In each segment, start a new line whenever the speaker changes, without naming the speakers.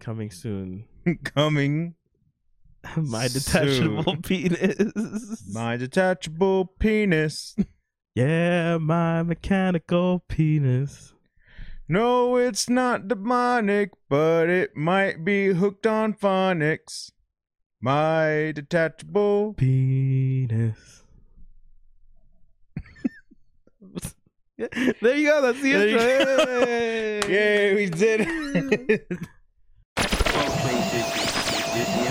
coming soon.
Coming.
My detachable
Soon.
penis.
My detachable penis.
yeah, my mechanical penis.
No, it's not demonic, but it might be hooked on phonics. My detachable.
Penis. there you go. That's the
There you
intro.
go. Yay, we did it.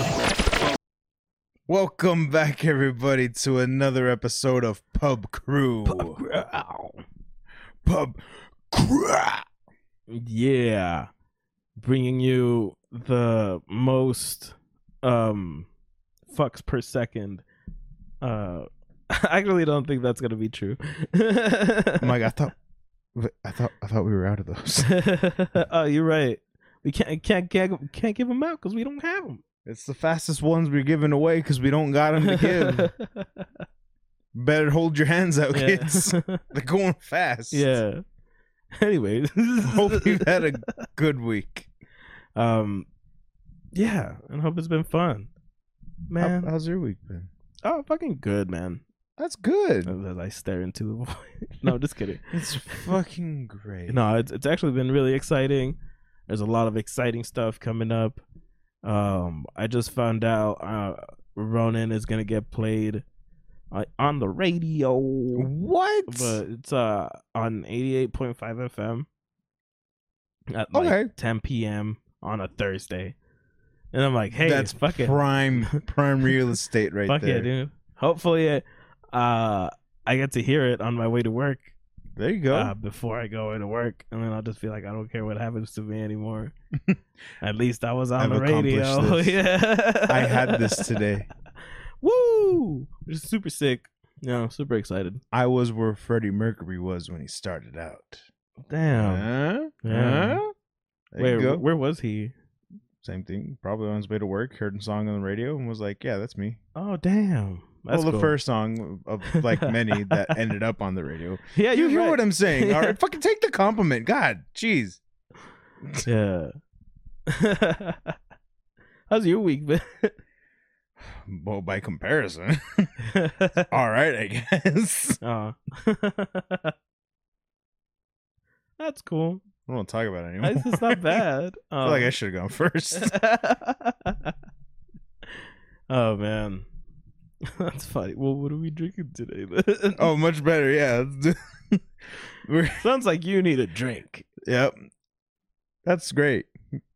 Welcome back, everybody, to another episode of Pub Crew. Pub Crew.
yeah. Bringing you the most um fucks per second. Uh I really don't think that's going to be true.
Oh my god, I thought, I thought, I thought we were out of those.
oh, you're right. We can't can't can't, can't give them out cuz we don't have them.
It's the fastest ones we're giving away because we don't got them to give. Better hold your hands out,
Yeah.
kids. They're going fast.
Yeah. Anyways,
Hope you've had a good week.
um, yeah, and hope it's been fun,
How,
man.
how's your week been?
oh, fucking good, man.
That's good.
As I stare into the void. no, just kidding.
It's fucking great.
No, it's it's actually been really exciting. There's a lot of exciting stuff coming up. Um, I just found out uh, Ronin is gonna get played uh, on the radio,
What?
but it's uh on 88.5 FM. At like
okay.
10 p.m. on a Thursday. And I'm like, hey,
That's
fuck it.
prime prime real estate right
fuck
there.
it, dude. Hopefully, it, uh, I get to hear it on my way to work
There you go.
uh, before I go into work. And then I'll just be like, I don't care what happens to me anymore. At least I was on
I've
the radio.
accomplished this.
yeah.
I had this today.
Woo! Which is super sick. Yeah, I'm super excited.
I was where Freddie Mercury was when he started out.
Damn.
Huh?
Yeah.
Huh? There
Wait,
you go.
wh- where was he?
Same thing. Probably on his way to work, heard a song on the radio and was like, "Yeah, that's me."
Oh, damn. That's
well, Oh, the
cool.
first song of like many that ended up on the radio.
Yeah,
you
you're
hear
right.
what I'm saying? All
Yeah.
right, fucking take the compliment. God, jeez.
Yeah. How's your week been?
Well, by comparison, all right, I guess.
Aw. That's cool.
I don't want to talk about it anymore.
It's it's not bad.
I
Um,
feel like I should have gone first.
oh man, that's funny. Well, what are we drinking today? Then?
oh, much better. Yeah. let's do- We're,
sounds like you need a drink.
yep. That's great.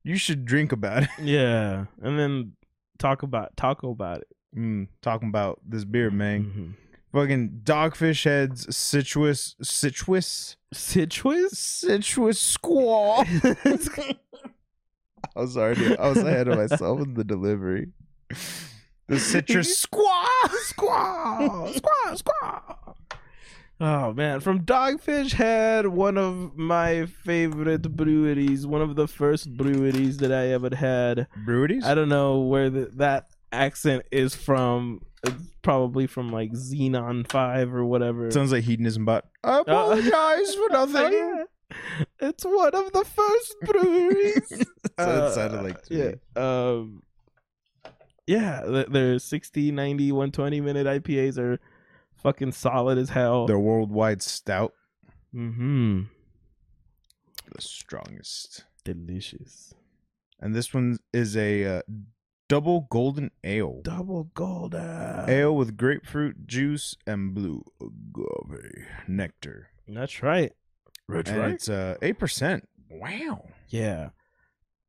You should drink about it.
Yeah, and then talk about talk about it.
Mm, talking about this beer, man.
Mhm.
Fucking dogfish heads, citrus, citrus,
Citrus.
citrus squall. I was already I was ahead of myself in the delivery. The citrus
squaw, squaw, squaw, squaw. Oh man, from Dogfish Head, one of my favorite breweries, one of the first breweries that I ever had.
breweries?
I don't know where the, that accent is from. It's probably from like Xenon Five or whatever.
Sounds like hedonism bot. I apologize for
Oh,
nothing.
yeah. It's one of the first breweries. Uh,
So it sounded like to
yeah.
me.
Um, yeah, th- their 60, 90, 120 minute IPAs are fucking solid as hell.
Their worldwide stout,
Mm-hmm.
the strongest.
Delicious.
And this one is a uh, double golden ale.
Double gold.
Ale with grapefruit juice and blue agave nectar.
That's right. That's
and it's uh, 8%. Wow.
Yeah.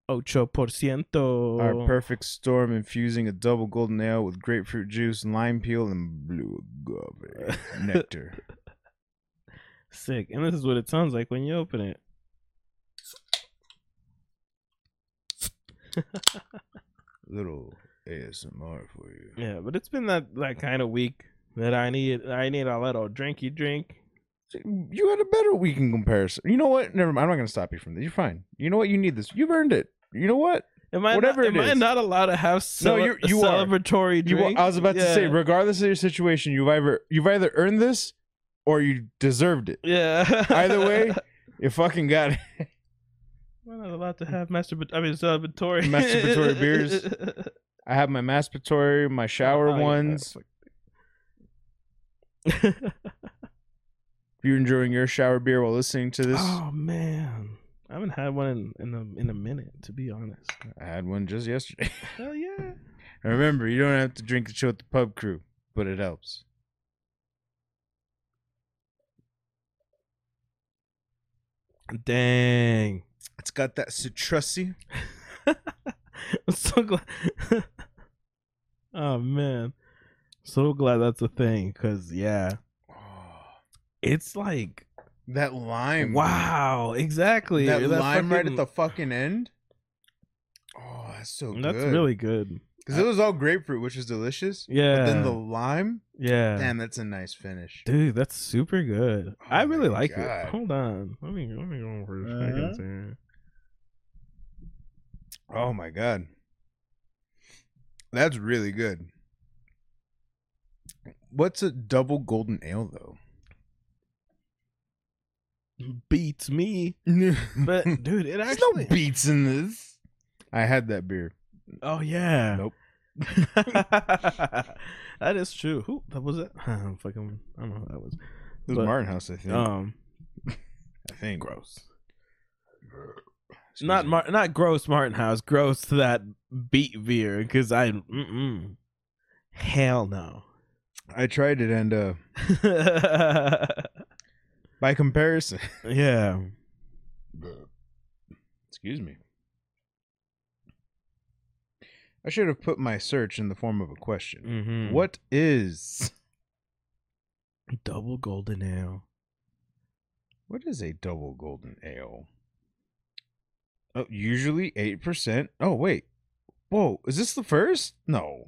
Ocho por ciento.
Our perfect storm infusing a double golden ale with grapefruit juice, lime peel, and blue agave nectar.
Sick. And this is what it sounds like when you open it.
Little ASMR for you.
Yeah, but it's been that, that kind of week that I need I need a little drinky drink.
You had a better week in comparison. You know what? Never mind. I'm not going to stop you from this. You're fine. You know what? You need this. You've earned it. You know what?
Am I
Whatever
not,
it
am I
is.
not allowed to have cele-
No, you- you are.
celebratory
You,
drinks?
I was about to say,
Yeah.
regardless of your situation, you've either you've either earned this or you deserved it.
Yeah.
Either way, you fucking got it.
We're not allowed to have masturbatory. I mean, celebratory.
Masturbatory beers. I have my masturbatory, my shower
Oh, yeah.
ones. If you're enjoying your shower beer while listening to this,
Oh man, I haven't had one in in a, in a minute, to be honest.
I had one just yesterday.
Hell yeah.
And remember, you don't have to drink the show with the pub crew, but it helps.
Dang.
It's got that citrusy.
I'm so glad. oh man, so glad that's a thing. Cause yeah,
Oh.
it's like
that lime.
wow, exactly.
That, lime right at
fucking-
the fucking end. Oh, that's so good.
That's really good.
because it was all grapefruit, which is delicious.
Yeah.
But then the lime,
yeah.
damn, that's a nice finish.
Dude, that's super good.
Oh
I really
my
like
God.
it. Hold on. Let me let me go for a
Uh-huh.
second here.
Oh my god, that's really good. What's a double golden ale though?
Beats me. But dude, it
There's
actually
no beats in this. I had that beer.
Oh yeah.
Nope.
that is true. Who that was it? I'm fucking I don't know who that was.
It was
But-
Martin House, I think.
Um
I think.
gross.
Excuse
Not
me.
Mar- not gross Martin House, gross to that beat beer cuz I mm-mm. Hell no.
I tried it, and uh, by comparison,
yeah.
excuse me. I should have put my search in the form of a question.
Mhm.
What is
double golden ale?
what is a double golden ale? Oh, usually eight percent. Oh wait, whoa, is this the first? No.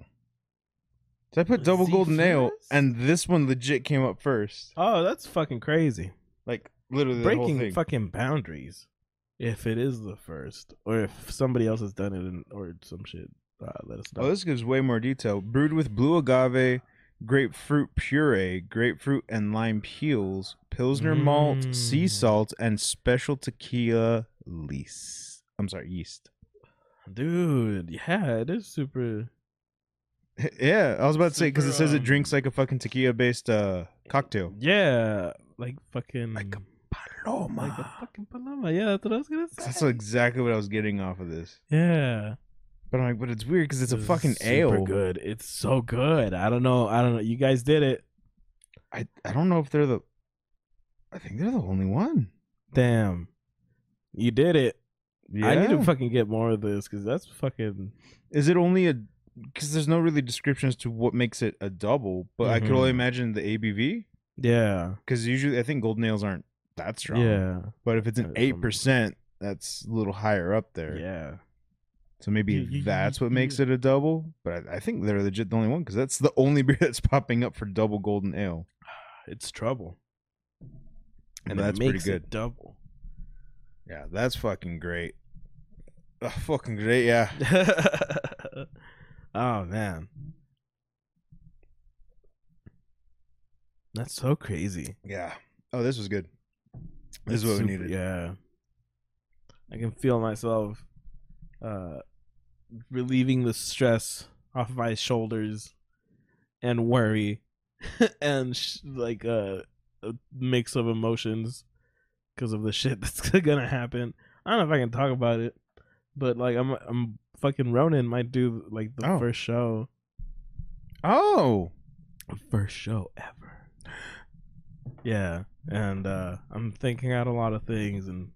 Did I put
Is
double
the
golden ale,
first?
and this one legit came up first?
Oh, that's fucking crazy.
Like literally the whole
Breaking
thing.
fucking boundaries. If it is the first, or if somebody else has done it, and, or some shit, uh, let us know.
Oh, this gives way more detail. Brewed with blue agave, grapefruit puree, grapefruit and lime peels, pilsner malt, sea
Mm.
salt, and special tequila lease. I'm sorry, yeast.
Dude, yeah, it is super.
yeah, I was about to say because it
Super,
says it
um,
drinks like a fucking tequila-based uh, cocktail.
Yeah, like fucking.
Like a
like a fucking paloma. Yeah, that's what I was gonna say.
That's exactly what I was getting off of this.
yeah,
But I'm like, but it's weird because it's a
This is
fucking
super
ale.
Good, it's so good. I don't know. I don't know. You guys did it.
I I don't know if they're the. I think they're the only one.
Damn, you did it.
Yeah.
I need to fucking get more of this because that's fucking.
Is it only a because there's no really descriptions to what makes it a double, but I could
Mhm.
only imagine the ABV
Yeah.
because usually I think golden ales aren't that strong.
Yeah.
But if it's an
Uh,
eight
some-
percent, that's a little higher up there.
Yeah.
So maybe
Yeah, yeah,
that's
yeah,
what makes
yeah.
it a double. But I, I think they're legit the only one because that's the only beer that's popping up for double golden ale,
It's trouble.
and that's pretty good.
It double.
Yeah, that's fucking great. Ah, fucking great, yeah.
oh man. That's so crazy.
Yeah. Oh, this was good. This
That's
is what we
super-
needed.
Yeah. I can feel myself uh relieving the stress off my shoulders and worry and sh- like uh, a mix of emotions because of the shit that's gonna happen. I don't know if I can talk about it, but like I'm I'm fucking Ronan might do like the
Oh.
first show,
Oh.
first show ever. Yeah, and uh I'm thinking out a lot of things and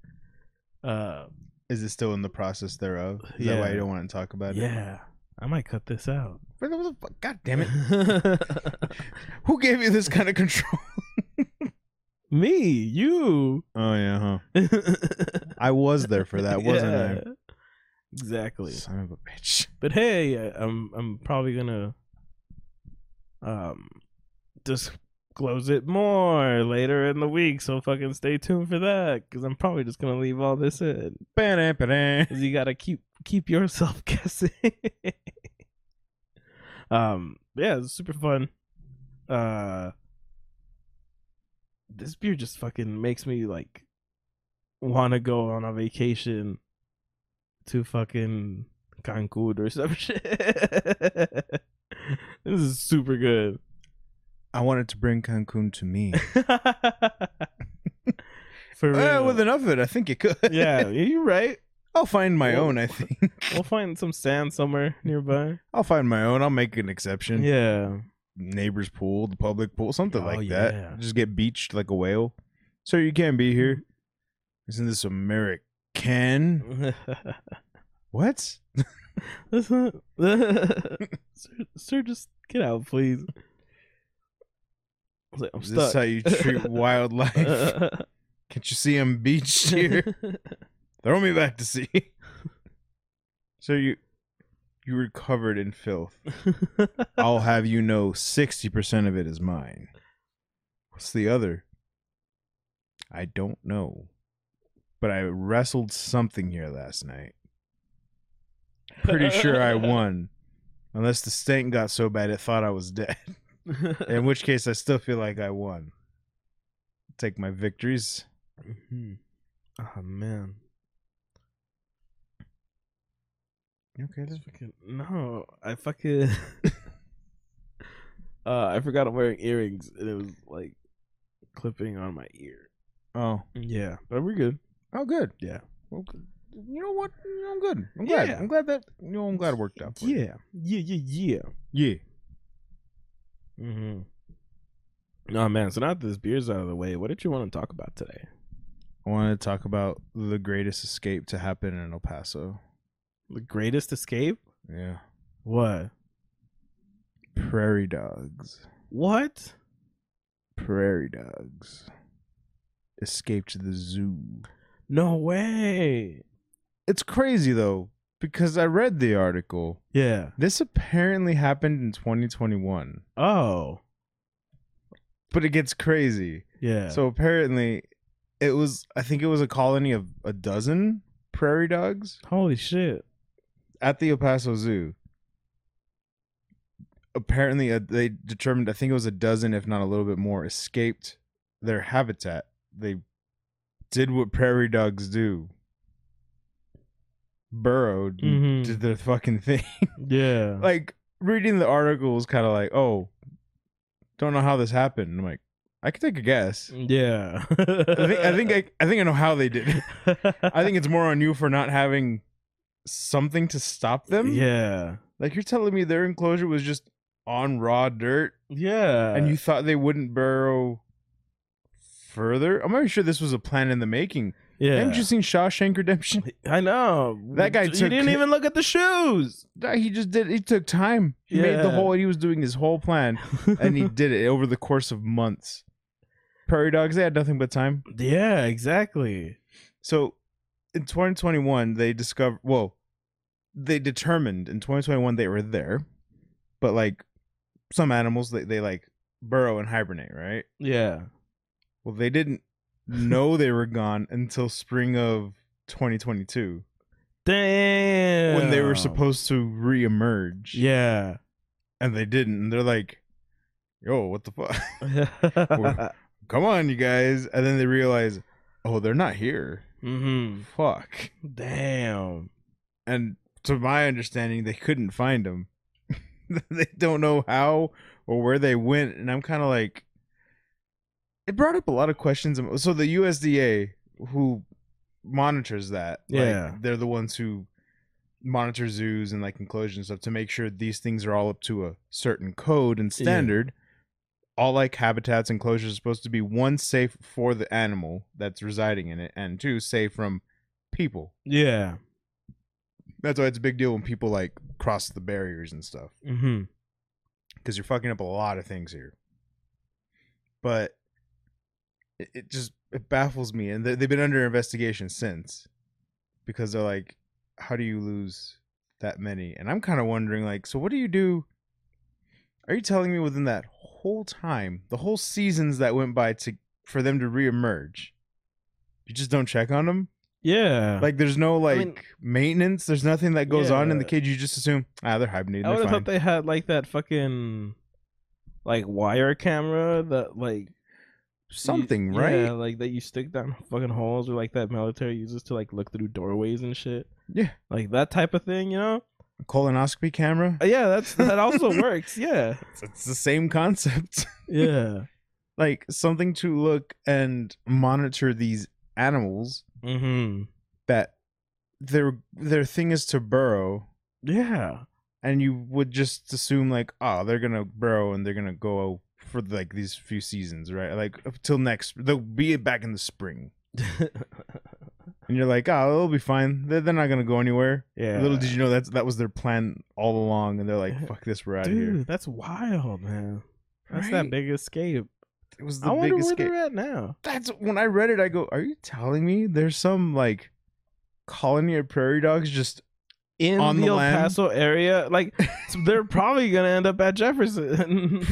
uh
Is it still in the process thereof? Is that why you
Yeah.
don't want to talk about it?
yeah, I might cut this out.
Where the- what the fuck- God damn it. Who gave you this kind of control?
Me, you.
Oh, yeah, huh? I was there for that, wasn't
Yeah. Exactly.
I? Son of a bitch.
But hey, I- I'm I'm probably gonna um disclose it more later in the week. So fucking stay tuned for that, because I'm probably just gonna leave all this in,
Ba-da-ba-da.
because you gotta keep keep yourself guessing. um, yeah, it's super fun. Uh, this beer just fucking makes me like want to go on a vacation to fucking Cancun or some shit. this is super good.
I wanted to bring Cancun to me.
For real.
Eh, with enough of it, I think it could.
yeah, you're right.
I'll find my
Well-
own, I think.
We'll find some sand somewhere nearby.
I'll find my own. I'll make an exception.
Yeah.
Neighbor's pool, the public pool, something
Oh,
like
yeah.
that. Just get beached like a whale. Sir, you can't be here.
Mm-hmm.
Isn't this American? What?
Listen, sir, sir, just get out, please. I was like, I'm
Is this
stuck.
how you treat wildlife? Can't you see I'm beached here? Throw me back to sea. so you you were covered in filth. I'll have you know 60% of it is mine. What's the other? I don't know. But I wrestled something here last night. Pretty sure I won. Unless the stank got so bad it thought I was dead. In which case, I still feel like I won. Take my victories.
Mhm. oh man.
Okay,
I fucking- no, I fucking. uh, I forgot I'm wearing earrings, and it was like clipping on my ear.
Oh,
Yeah, but we're good.
oh, good.
Yeah.
Well, you know what? I'm good. I'm glad.
Yeah.
I'm glad that you know. I'm glad it worked out. For You.
Yeah, yeah, yeah,
Yeah.
yeah. Mm-hmm. Oh man, so now that this beer's out of the way, what did you want to talk about today?
I want to talk about the greatest escape to happen in El Paso.
The greatest escape?
Yeah.
What?
Prairie dogs.
What?
Prairie dogs. Escape to the zoo.
No way.
It's crazy though because I read the article.
Yeah.
This apparently happened in 2021.
Oh.
But it gets crazy.
Yeah.
So apparently, it was. I think it was a colony of a dozen prairie dogs
holy shit.
at the El Paso Zoo. Apparently, uh, they determined. I think it was a dozen, if not a little bit more, escaped their habitat. They did what prairie dogs do. Burrowed,
Mhm.
and did their fucking thing.
Yeah.
like reading the article was kind of like, oh, don't know how this happened. I'm like, I could take a guess.
yeah.
I think I think I, I think I know how they did. it. I think it's more on you for not having something to stop them.
Yeah.
Like you're telling me their enclosure was just on raw dirt
Yeah.
and you thought they wouldn't burrow further? I'm not sure this was a plan in the making.
Yeah.
Haven't you seen Shawshank Redemption?
I know.
That guy
You
took-
didn't even look at the shoes.
Nah, He just did he took time. He made
Yeah.
the whole he was doing his whole plan and he did it over the course of months. Prairie dogs, they had nothing but time.
Yeah, exactly.
So in 2021, they discovered, well, they determined in 2021 they were there, but like some animals, they, they like burrow and hibernate, right?
Yeah.
Well, they didn't know they were gone until spring of 2022
Damn.
when they were supposed to reemerge.
Yeah.
And they didn't. And they're like, yo, what the fuck? Come on, you guys. And then they realize, oh, they're not here.
hmm
Fuck.
Damn.
and to my understanding they couldn't find them they don't know how or where they went and i'm kind of like it brought up a lot of questions so the usda who monitors that like,
Yeah.
they're the ones who monitor zoos and like enclosures and stuff to make sure these things are all up to a certain code and
Yeah.
standard all like habitats enclosures are supposed to be one safe for the animal that's residing in it and two safe from people
Yeah.
that's why it's a big deal when people like cross the barriers and stuff
hmm
because you're fucking up a lot of things here. But it, it just it baffles me, and they, they've been under investigation since because they're like, how do you lose that many? And I'm kind of wondering, like, so what do you do? Are you telling me within that whole time, the whole seasons that went by to for them to reemerge, you just don't check on them?
Yeah.
Like there's no like
mean-
maintenance. There's nothing that goes on in the
Yeah.
kids. You just assume ah they're hibernating.
I would
They're
have
fine.
thought they had like that fucking like wire camera that like
something,
You-
right?
Yeah, like that you stick down fucking holes, or like that military uses to like look through doorways and shit,
Yeah.
like that type of thing. You know?
Colonoscopy camera.
Uh, Yeah, that's that also works. Yeah,
It's, it's the same concept.
yeah.
like something to look and monitor these animals
Mm-hmm.
that their their thing is to burrow
Yeah.
and you would just assume like oh they're gonna burrow and they're gonna go for like these few seasons right like up till next they'll be back in the spring and you're like oh it'll be fine they're, they're not gonna go anywhere
yeah.
little did you know that that was their plan all along and they're like fuck this we're out of
Dude,
here
that's wild, man. That's that
Right.
big escape.
it was
I
the
wonder
big
where
escape
they're at now.
that's when I read it. I go, are you telling me there's some like colony of prairie dogs just
In
On
the
the
El
land?
Paso area, like so they're probably gonna end up at Jefferson.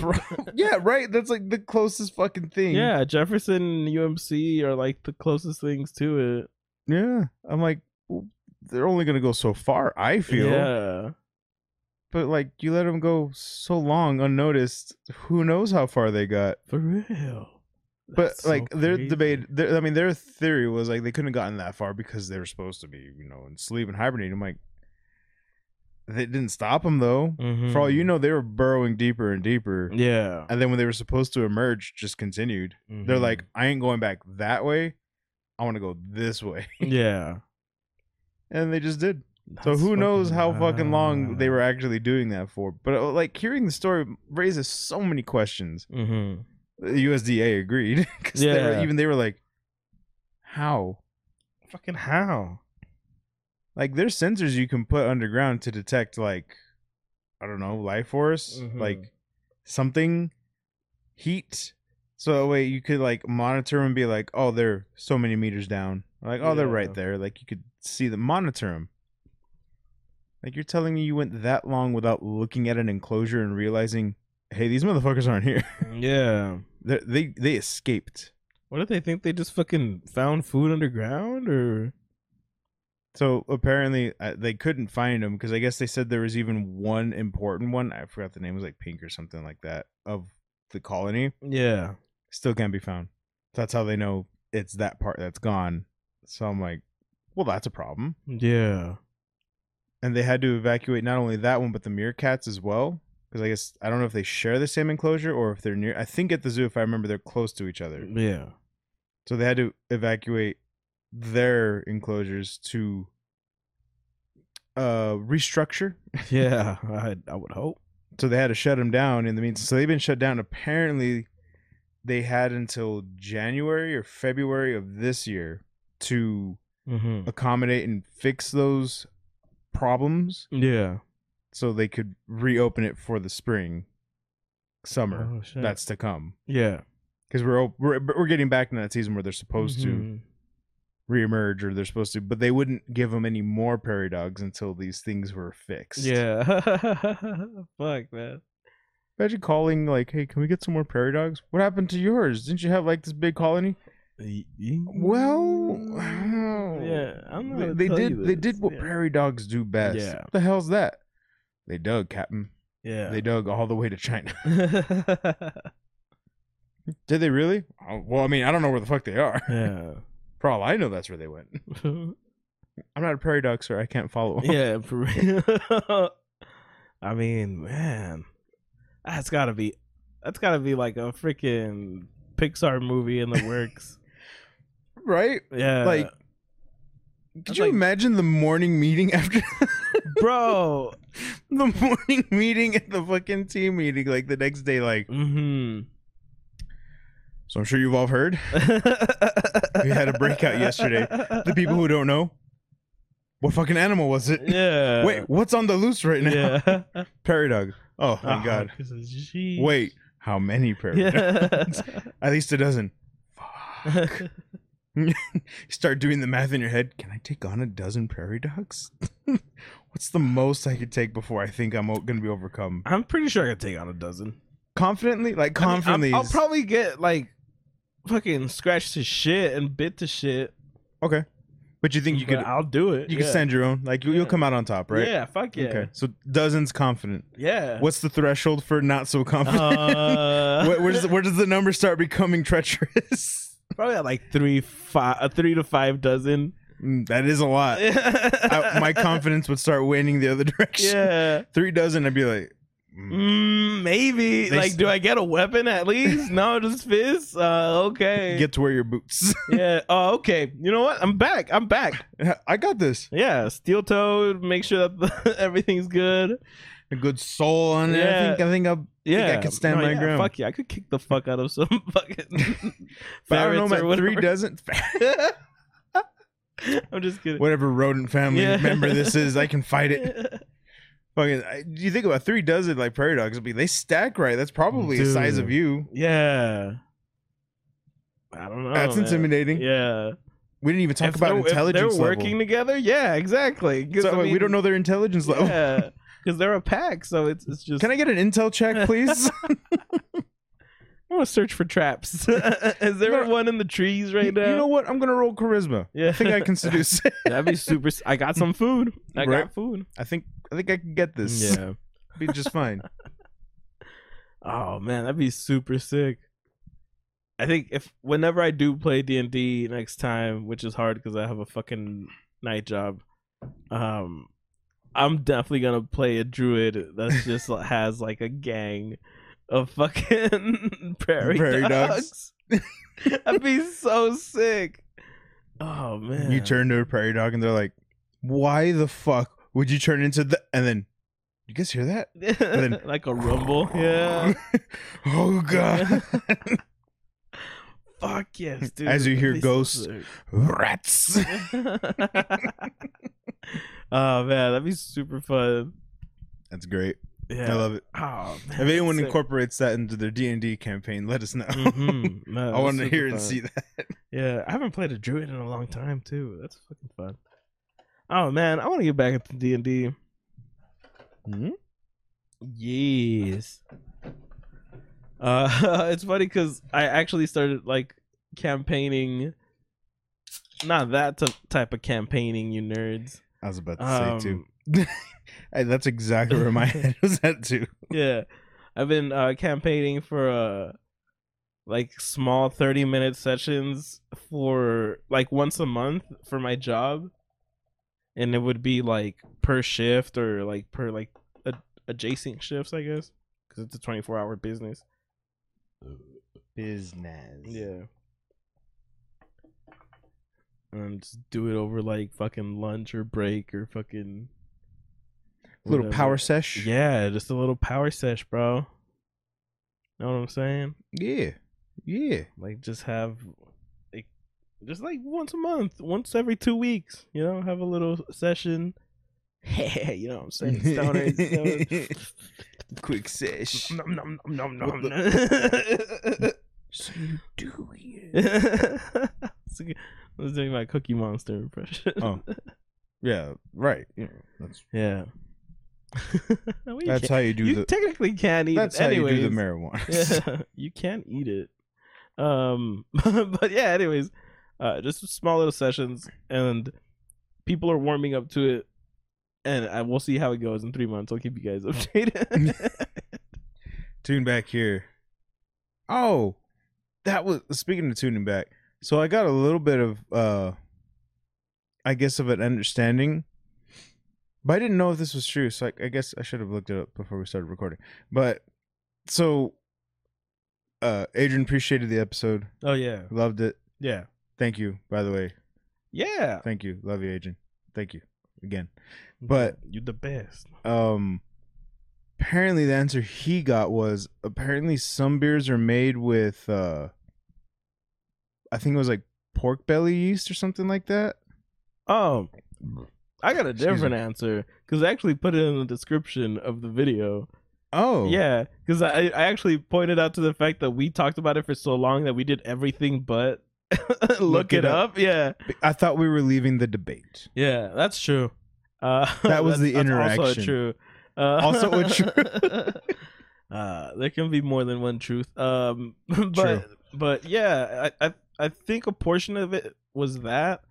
yeah right? That's like the closest fucking thing.
yeah, Jefferson and UMC are like the closest things to it.
yeah. I'm like, well, they're only gonna go so far. I feel,
Yeah,
but like you let them go so long unnoticed. Who knows how far they got?
for real.
But
That's so
like their
crazy.
debate, their, I mean, their theory was like they couldn't have gotten that far because they were supposed to be, you know, in sleep and hibernate. I'm like, they didn't stop them though. For all you know, they were burrowing deeper and deeper.
Mhm. Mm-hmm. yeah,
And then when they were supposed to emerge, just continued. They're
Mhm.
like, I ain't going back that way. I want to go this way.
Mm-hmm. yeah.
And they just did. so
That's
who knows
fucking
how fucking long
wild.
they were actually doing that for. But uh, like hearing the story raises so many questions.
Mhm.
The USDA agreed. 'Cause they were-
Yeah.
even they were like, how?
Fucking how?
Like there's sensors you can put underground to detect like, I don't know, life force,
Mhm.
like something, heat. So that way you could like monitor and be like, oh, they're so many meters down. Or, Like, oh, they're right
Yeah.
there. Like you could see them, monitor them. Like you're telling me you went that long without looking at an enclosure and realizing, hey, these motherfuckers aren't here.
Yeah.
They're- they they escaped.
What did they think? They just fucking found food underground, or
So apparently uh, they couldn't find them because I guess they said there was even one important one. I forgot the name it was like pink or something like that of the colony.
yeah.
still can't be found. That's how they know it's that part that's gone. So I'm like, well, that's a problem.
Yeah.
And they had to evacuate not only that one but the meerkats as well, because I guess I don't know if they share the same enclosure or if they're near. I think at the zoo, if I remember, they're close to each other,
Yeah.
so they had to evacuate their enclosures to uh restructure.
Yeah. I I would hope.
So they had to shut them down in the meantime. So they've been shut down. Apparently, they had until January or February of this year to
Mm-hmm.
accommodate and fix those problems
Yeah.
so they could reopen it for the spring summer
Oh, shit.
that's to come
yeah.
because we're, op- we're we're getting back into that season where they're supposed
Mm-hmm.
to reemerge or they're supposed to but they wouldn't give them any more prairie dogs until these things were fixed
Yeah. Fuck man.
imagine calling like hey can we get some more prairie dogs what happened to yours didn't you have like this big colony well
Mm, Yeah. I'm not.
they,
gonna
they
tell
did
you
they
this.
did what
yeah.
prairie dogs do best
Yeah.
what the hell's that they dug captain
Yeah.
They dug all the way to China.
yeah.
Did they really? Oh, well, I mean, I don't know where the fuck they are. For all I know, that's where they went. I'm not a prairie dog, sir. I can't follow. 'em.
yeah. For real. I mean, man, that's gotta be that's gotta be like a freaking Pixar movie in the works.
Right?
Yeah.
Like, Could
That's
you
like-
imagine the morning meeting after
bro.
the morning meeting and the fucking team meeting, like the next day? Like,
hmm
so I'm sure you've all heard We had a breakout yesterday. the people who don't know what fucking animal was it.
Yeah.
Wait, what's on the loose right now?
Yeah.
Prairie dog. Oh my
Oh,
god.
'cause it's Jeez.
Wait, how many prairie dogs?
Yeah.
At least a dozen. Fuck. start doing the math in your head. Can I take on a dozen prairie dogs? What's the most I could take before I think I'm going to be overcome?
I'm pretty sure I could take on a dozen.
Confidently, like
I mean, I'm-
confidently.
I'll
is-
probably get like fucking scratched to shit and bit to shit.
okay. But you think you
But
could
I'll do it.
you could
yeah.
send your own? Like you,
Yeah.
you'll come out on top, right?
Yeah, fuck yeah.
Okay. So dozens confident.
Yeah.
What's the threshold for not so confident?
uh,
where, where does the, where does the number start becoming treacherous?
probably at like three five uh, three to five dozen.
Mm, that is a lot. I, my confidence would start waning the other direction.
Yeah.
Three dozen, I'd be like, mm,
Mm, maybe.
They
like,
s-
do I get a weapon at least? no, just fists. Uh, okay.
get to wear your boots.
yeah. Oh, okay. You know what? I'm back. I'm back.
I got this.
Yeah. Steel toed. Make sure that everything's good.
A good soul on it. I
Yeah.
think I think I'll,
Yeah.
I could stand
No,
my
yeah,
ground.
Fuck yeah. I could kick the fuck out of some fucking.
but I don't
ferrets
know.
or
My three
whatever.
dozen,
I'm just kidding.
whatever rodent family
Yeah.
member this is, I can fight it. Fucking, I- you think about three dozen like prairie dogs? I mean, they stack right. That's probably the size of
Dude.
you.
Yeah. I don't know.
That's
Oh, man.
intimidating.
Yeah.
We didn't even talk
If
about
they're- if
intelligence
They're
level.
working together. Yeah, exactly. 'Cause,
so,
I
wait, we
mean,
don't know their intelligence level.
Yeah, because they're a pack, so it's it's just.
Can I get an intel check, please?
I want to search for traps. Is there
No.
one in the trees right
you,
now?
you know what? I'm gonna roll charisma.
yeah,
I think I can seduce. it.
That'd be super. s- I got some food. I
Right.
got food.
I think I think I can get this.
Yeah.
Be just fine.
Oh man, that'd be super sick. I think if whenever I do play D and D next time, which is hard because I have a fucking night job, um, I'm definitely gonna play a druid that's just has like a gang of fucking prairie,
Prairie
dogs. that'd be so sick. Oh man,
You turn to a prairie dog and they're like, "Why the fuck would you turn into the?" And then, you guys hear that? then-
like a rumble, yeah.
oh god,
Fuck yes, dude.
As you
that'd
hear
be so
ghosts.
sick.
rats.
oh man, that'd be super fun.
That's great.
Yeah.
I love it.
Oh, man,
If anyone
that's sick.
incorporates that into their D and D campaign, let us know.
Mhm. No,
I
that's
want to
super
hear and
fun.
see that.
Yeah, I haven't played a druid in a long time too. That's fucking fun. Oh man, I want to get back into D and D. Hmm? Yes. Uh, it's funny because I actually started like campaigning. Not that t- type of campaigning, you nerds.
I was about to
Um,
say too. Hey, that's exactly where my head was at too.
yeah i've been uh campaigning for uh like small 30 minute sessions for like once a month for my job and it would be like per shift or like per like a- adjacent shifts i guess because it's a 24 hour business
Business.
yeah and Um, just do it over like fucking lunch or break or fucking
Little
whatever.
power sesh.
Yeah, just a little power sesh, bro. Know what I'm saying?
Yeah. Yeah.
Like just have like just like once a month, once every two weeks, you know, have a little session. you know what I'm saying? Stoner, stoner.
Quick sesh.
Nom, nom, nom, nom,
What
nom, nom.
So you do it.
It's okay. I was doing my Cookie Monster impression.
Oh. Yeah, right. You know, that's
Yeah. Well, you
that's
can't-
how you do
you
the
technically can't eat
that's
it anyways.
how you do the marijuana.
yeah, you can eat it. Um, but yeah, anyways, uh, just small little sessions, and people are warming up to it, and I, we'll see how it goes in three months. I'll keep you guys updated.
Tune back here. Oh, that was speaking of tuning back. So I got a little bit of uh I guess of an understanding. But I didn't know if this was true, so I, I guess I should have looked it up before we started recording. But so uh Adrian appreciated the episode.
oh yeah,
Loved it.
yeah,
Thank you, by the way.
yeah.
Thank you. Love you, Adrian. Thank you again. But
you're the best.
um apparently the answer he got was apparently some beers are made with uh I think it was like pork belly yeast or something like that.
Um, I got a
Excuse
different
me.
answer because I actually put it in the description of the video.
Oh.
Yeah, because I, I actually pointed out to the fact that we talked about it for so long that we did everything but look,
Look it
it
up.
up. Yeah.
I thought we were leaving the debate.
Yeah, that's true. Uh,
That was
that's-
the
that's Also
interaction.
true. Uh,
Also a
true. uh, there can be more than one truth. Um, but
True.
but yeah, I, I I think a portion of it was that,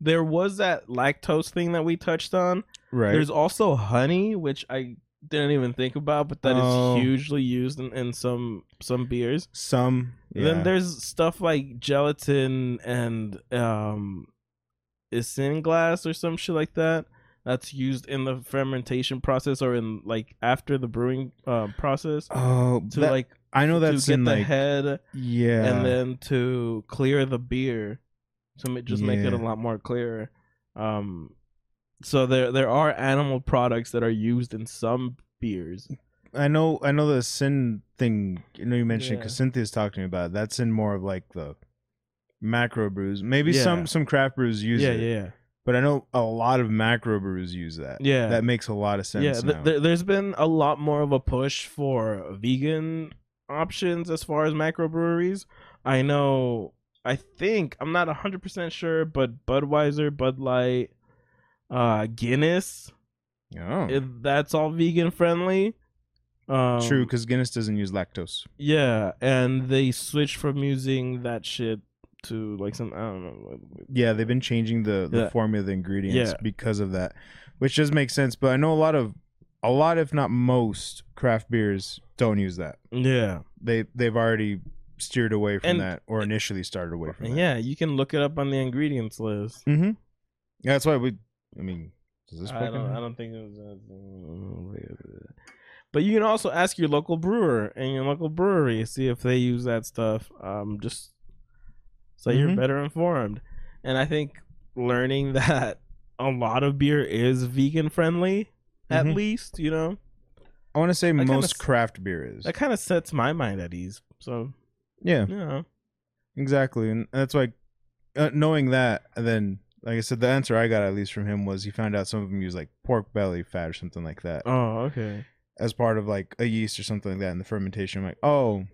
there was that lactose thing that we touched on.
Right.
There's also honey, which I didn't even think about, but that is
Oh.
hugely used in, in some some beers.
some.
Then there's stuff like gelatin and um isinglass or some shit like that that's used in the fermentation process or in like after the brewing uh, process
Oh,
to
that-
like
I know that's
to get
in
the
like
head
yeah,
and then to clear the beer to ma- just make it a
Yeah.
lot more clear. Um so there there are animal products that are used in some beers.
I know I know the sin thing. I know you mentioned
Yeah.
because Cynthia's talking about it. that's in more of like the macro brews. Maybe
Yeah.
some some craft brews use
yeah,
it,
yeah.
but I know a lot of macro brews use that.
Yeah.
that makes a lot of sense.
yeah, th-
now.
there- there's been a lot more of a push for vegan options as far as microbreweries. I know, I think I'm not 100 percent sure, but Budweiser, Bud Light, uh, Guinness,
oh,
if that's all vegan friendly. Um,
true because Guinness doesn't use lactose.
Yeah, and they switched from using that shit to like some I don't know.
Yeah, they've been changing the, the
Yeah.
formula, of the ingredients
Yeah.
because of that, which does make sense. But I know a lot of, a lot if not most craft beers don't use that.
Yeah.
They they've already steered away from
And-
that, or initially started away from that.
And yeah, you can look it up on the ingredients list.
Mm-hmm. Yeah, that's why we. I mean, does this
I
fucking?
don't, I don't think it was anything. But you can also ask your local brewer and your local brewery see if they use that stuff. Um, just so you're
Mhm.
better informed. And I think learning that a lot of beer is vegan friendly, at
Mhm.
least you know
I want to say
kinda s-
most craft beer is.
that kind of sets my mind at ease. So
yeah,
you know,
exactly, and that's why uh, knowing that, and then like I said, the answer I got at least from him was he found out some of them use like pork belly fat or something like that
oh okay,
as part of like a yeast or something like that in the fermentation. I'm like, oh,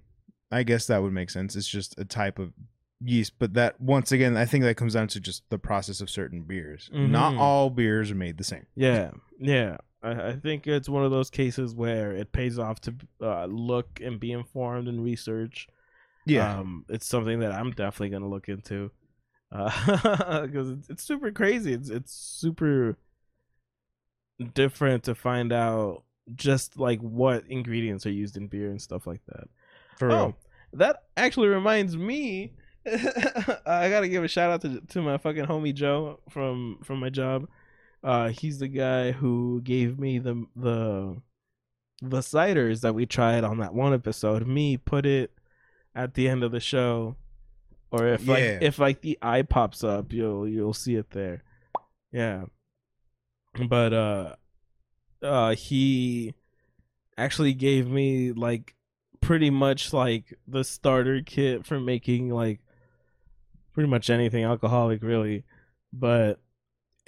I guess that would make sense. It's just a type of yeast, but that once again, I think that comes down to just the process of certain beers. Not
Mhm.
all beers are made the same.
yeah, yeah. I, I think it's one of those cases where it pays off to uh, look and be informed and research um, it's something that I'm definitely gonna look into because it's, it's super crazy. It's it's super different to find out just like what ingredients are used in beer and stuff like that.
for
oh,
real.
that actually reminds me. I gotta give a shout out to to my fucking homie Joe from from my job. Uh, he's the guy who gave me the the the ciders that we tried on that one episode. Me put it at the end of the show, or if
Yeah.
like if like the eye pops up, you'll you'll see it there. Yeah, but uh, uh, he actually gave me like pretty much like the starter kit for making like pretty much anything alcoholic really but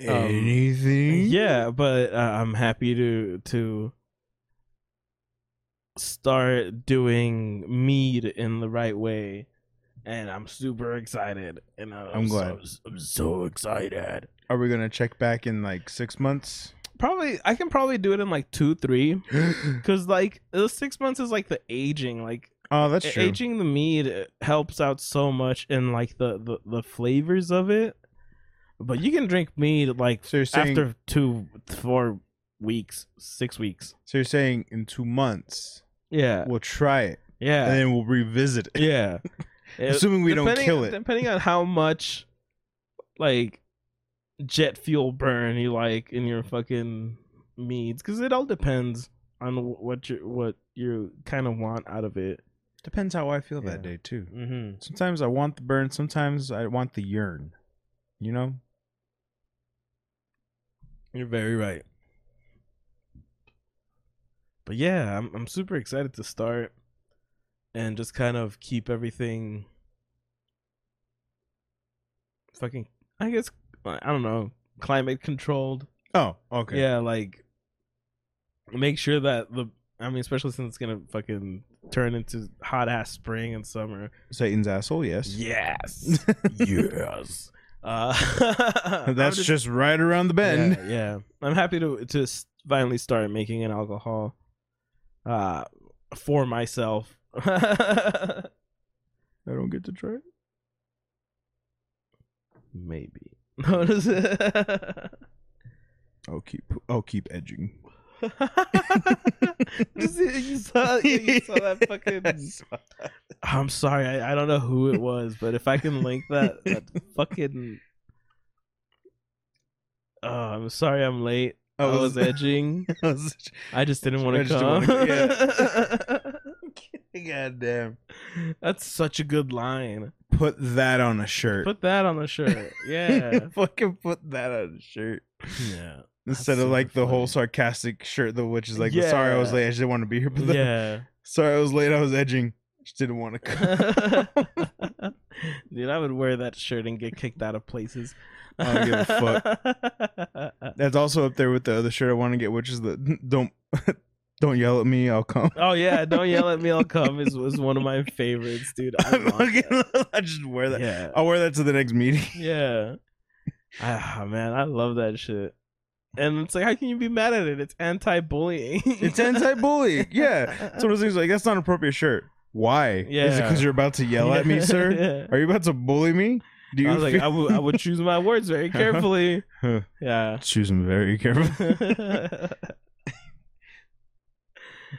um,
Anything?
yeah but uh, i'm happy to to start doing mead in the right way and i'm super excited and i'm,
I'm glad.
so, i'm so excited
Are we gonna check back in like six months?
probably i can probably do it in like two three because like the six months is like the aging like
oh, that's
A-
true.
aging the mead uh, helps out so much in like the, the the flavors of it but you can drink mead like
so you're saying
after two four weeks six weeks
so you're saying in two months
yeah
we'll try it and
yeah
then we'll revisit it.
yeah It-
Assuming we don't
depending-
kill it.
depending on how much like jet fuel burn you like in your fucking meads because it all depends on wh- what you what you kind of want out of it
Depends how I feel
Yeah.
that day too.
mm-hmm.
Sometimes I want the burn. Sometimes I want the yearn. You know.
You're very right. But yeah, I'm I'm super excited to start and just kind of keep everything fucking I guess I don't know, climate controlled.
Oh, okay.
Yeah, like make sure that the I mean, especially since it's gonna fucking turn into hot ass spring and summer.
Satan's asshole. Yes.
Yes. yes. Uh
That's
just.
just right around the bend.
Yeah, yeah. I'm happy to to s- finally start making an alcohol uh for myself.
I don't get to try it.
Maybe.
I'll keep. I'll keep edging.
Just- you saw, you saw that fucking. I'm sorry, I, I don't know who it was, but if I can link that, that fucking. Oh, I'm sorry, I'm late. I was, edging.
I was-
I just didn't want
I
to
just
come.
didn't God damn.
That's such a good line.
Put that on a shirt.
Put that on the shirt. Yeah.
Fucking put that on a shirt.
yeah.
Instead
super
of like the whole
funny.
sarcastic shirt, the which is like, sorry I was
Yeah.
late, I just didn't want to be here. But the,
Yeah.
sorry I was late, I was edging, just didn't want to come.
Dude, I would wear that shirt and get kicked out of places.
I don't give
a fuck.
That's also up there with the other shirt I want to get, which is the don't don't yell at me, I'll come.
Oh yeah, don't yell at me. I'll come is was one of my favorites, dude. I
I,
love that.
I just wear that.
Yeah,
I'll wear that to the next meeting.
yeah. Ah man, I love that shit. And it's like, how can you be mad at it? It's anti-bullying.
It's anti-bullying. Yeah. It's one of those things like that's not an appropriate shirt. Why? Is it
Yeah.
because you're about to yell at me, sir?
Yeah.
Are you about to bully me? Do you
I was like,
feel-
I would, I would choose my words very carefully.
Huh.
yeah.
choose them very carefully?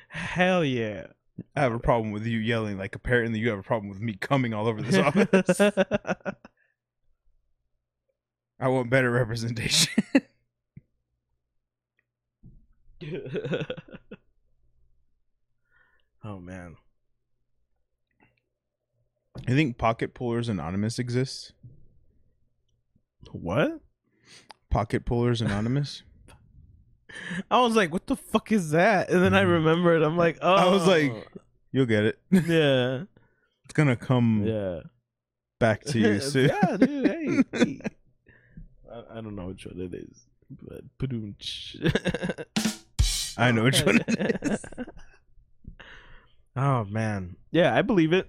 Hell yeah.
I have a problem with you yelling like apparently you have a problem with me coming all over this office. I want better representation.
oh man.
I think Pocket Pullers Anonymous exists.
What?
Pocket Pullers Anonymous.
I was like, what the fuck is that? And then I remembered. I'm like, oh.
Mm. I was like- You'll get it. It's
yeah.
gonna come
Yeah.
back to you soon.
yeah, dude. Hey. hey. I, I don't know which one it is, but padoonch.
I know which one it is.
oh man. Yeah, I believe it.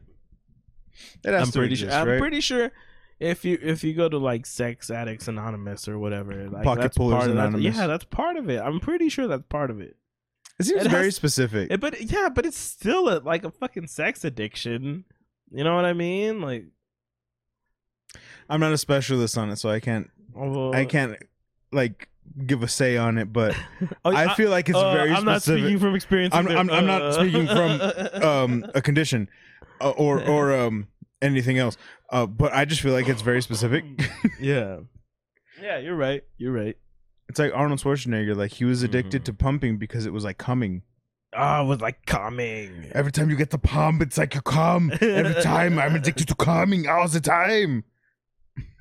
It has
I'm
to
pretty sure.
exist,
I'm
right?
pretty sure if you if you go to like Sex Addicts Anonymous or whatever, like,
Pocket
that's
Pullers
part of that-
Anonymous.
yeah, that's part of it. I'm pretty sure that's part of it.
It seems
It has
very
to-
specific.
Eh, but yeah, but it's still a, like a fucking sex addiction. You know what I mean? Like,
I'm not a specialist on it, so I can't
although
I can't like give a say on it, but
Oh,
I, feel like it's
uh,
very
I'm not
specific.
speaking from experience.
I'm-
either.
I'm- I'm not
Uh,
speaking from, um, a condition, uh, or or um anything else. Uh, but I just feel like it's very specific.
yeah, yeah, you're right. You're right.
It's like Arnold Schwarzenegger, like he was addicted
Mhm.
to pumping because it was like coming.
Ah, I was like coming.
Every time you get the pump, it's like you come. Every time I'm addicted to coming all the time.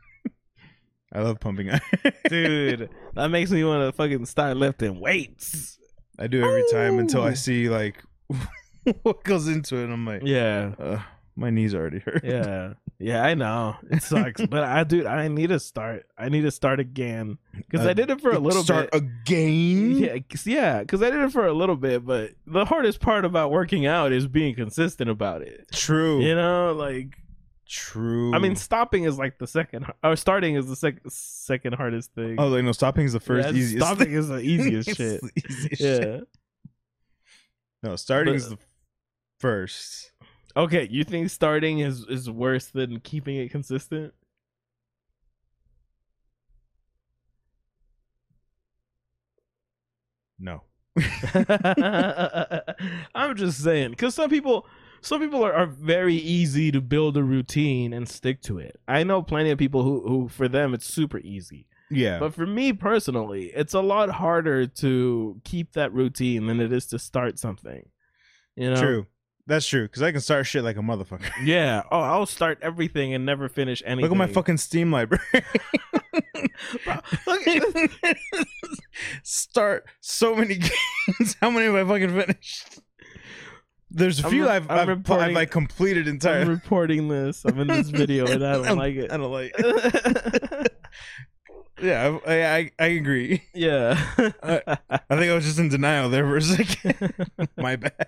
I love pumping.
dude. That makes me want to fucking start lifting weights.
I do every time until I
Ooh.
see like what goes into it. And I'm like,
Yeah,
uh, my knees already hurt.
yeah, yeah. I know it sucks, but I, dude, I need to start. I need to start again because I
Uh,
did it for a little
start
bit.
again.
Yeah, 'cause- yeah, because I did it for a little bit, but the hardest part about working out is being consistent about it.
True.
You know, like
True.
I mean, stopping is like the second, or starting is the sec- second hardest thing.
oh like, no, stopping is the first
Yeah,
easiest.
Stopping is the easiest
It's
shit.
the easiest shit.
Yeah.
No, starting is
But-
the first.
Okay, you think starting is is worse than keeping it consistent?
No.
I'm just saying, because some people, some people are, are very easy to build a routine and stick to it. I know plenty of people who, who for them it's super easy,
Yeah.
but for me personally, it's a lot harder to keep that routine than it is to start something. You know,
True. That's true. Because I can start shit like a motherfucker.
yeah. Oh, I'll start everything and never finish anything.
Look at my fucking Steam library. start so many games. How many have I fucking finished? There's a
I'm
few
re-
I've,
I'm
I've,
reporting-
I've like completed
I'm
entirely.
reporting this. I'm in this video and I
I'm-
don't like
I don't like.
it.
Yeah, I, I I- I agree.
yeah.
I think I was just in denial there for a second. My bad.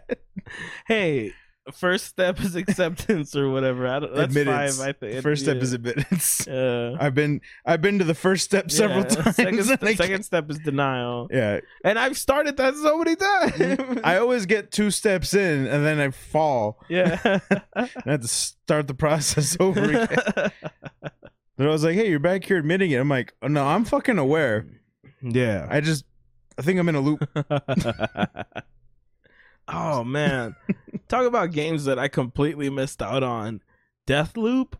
hey, first step is acceptance or whatever. I don't, that's
admittance.
five, I think.
First step
Yeah.
is admittance.
Yeah.
I've been I've been to the first step several
Yeah.
times.
Second,
and I
st- second step is denial,
can't- yeah,
and I've started that so many times.
Mm-hmm. I always get two steps in and then I fall.
yeah.
And I have to start the process over again. Then I was like, hey, you're back here admitting it. I'm like, oh, no, I'm fucking aware.
Yeah.
I just, I think I'm in a loop.
oh man, talk about games that I completely missed out on. Death Loop,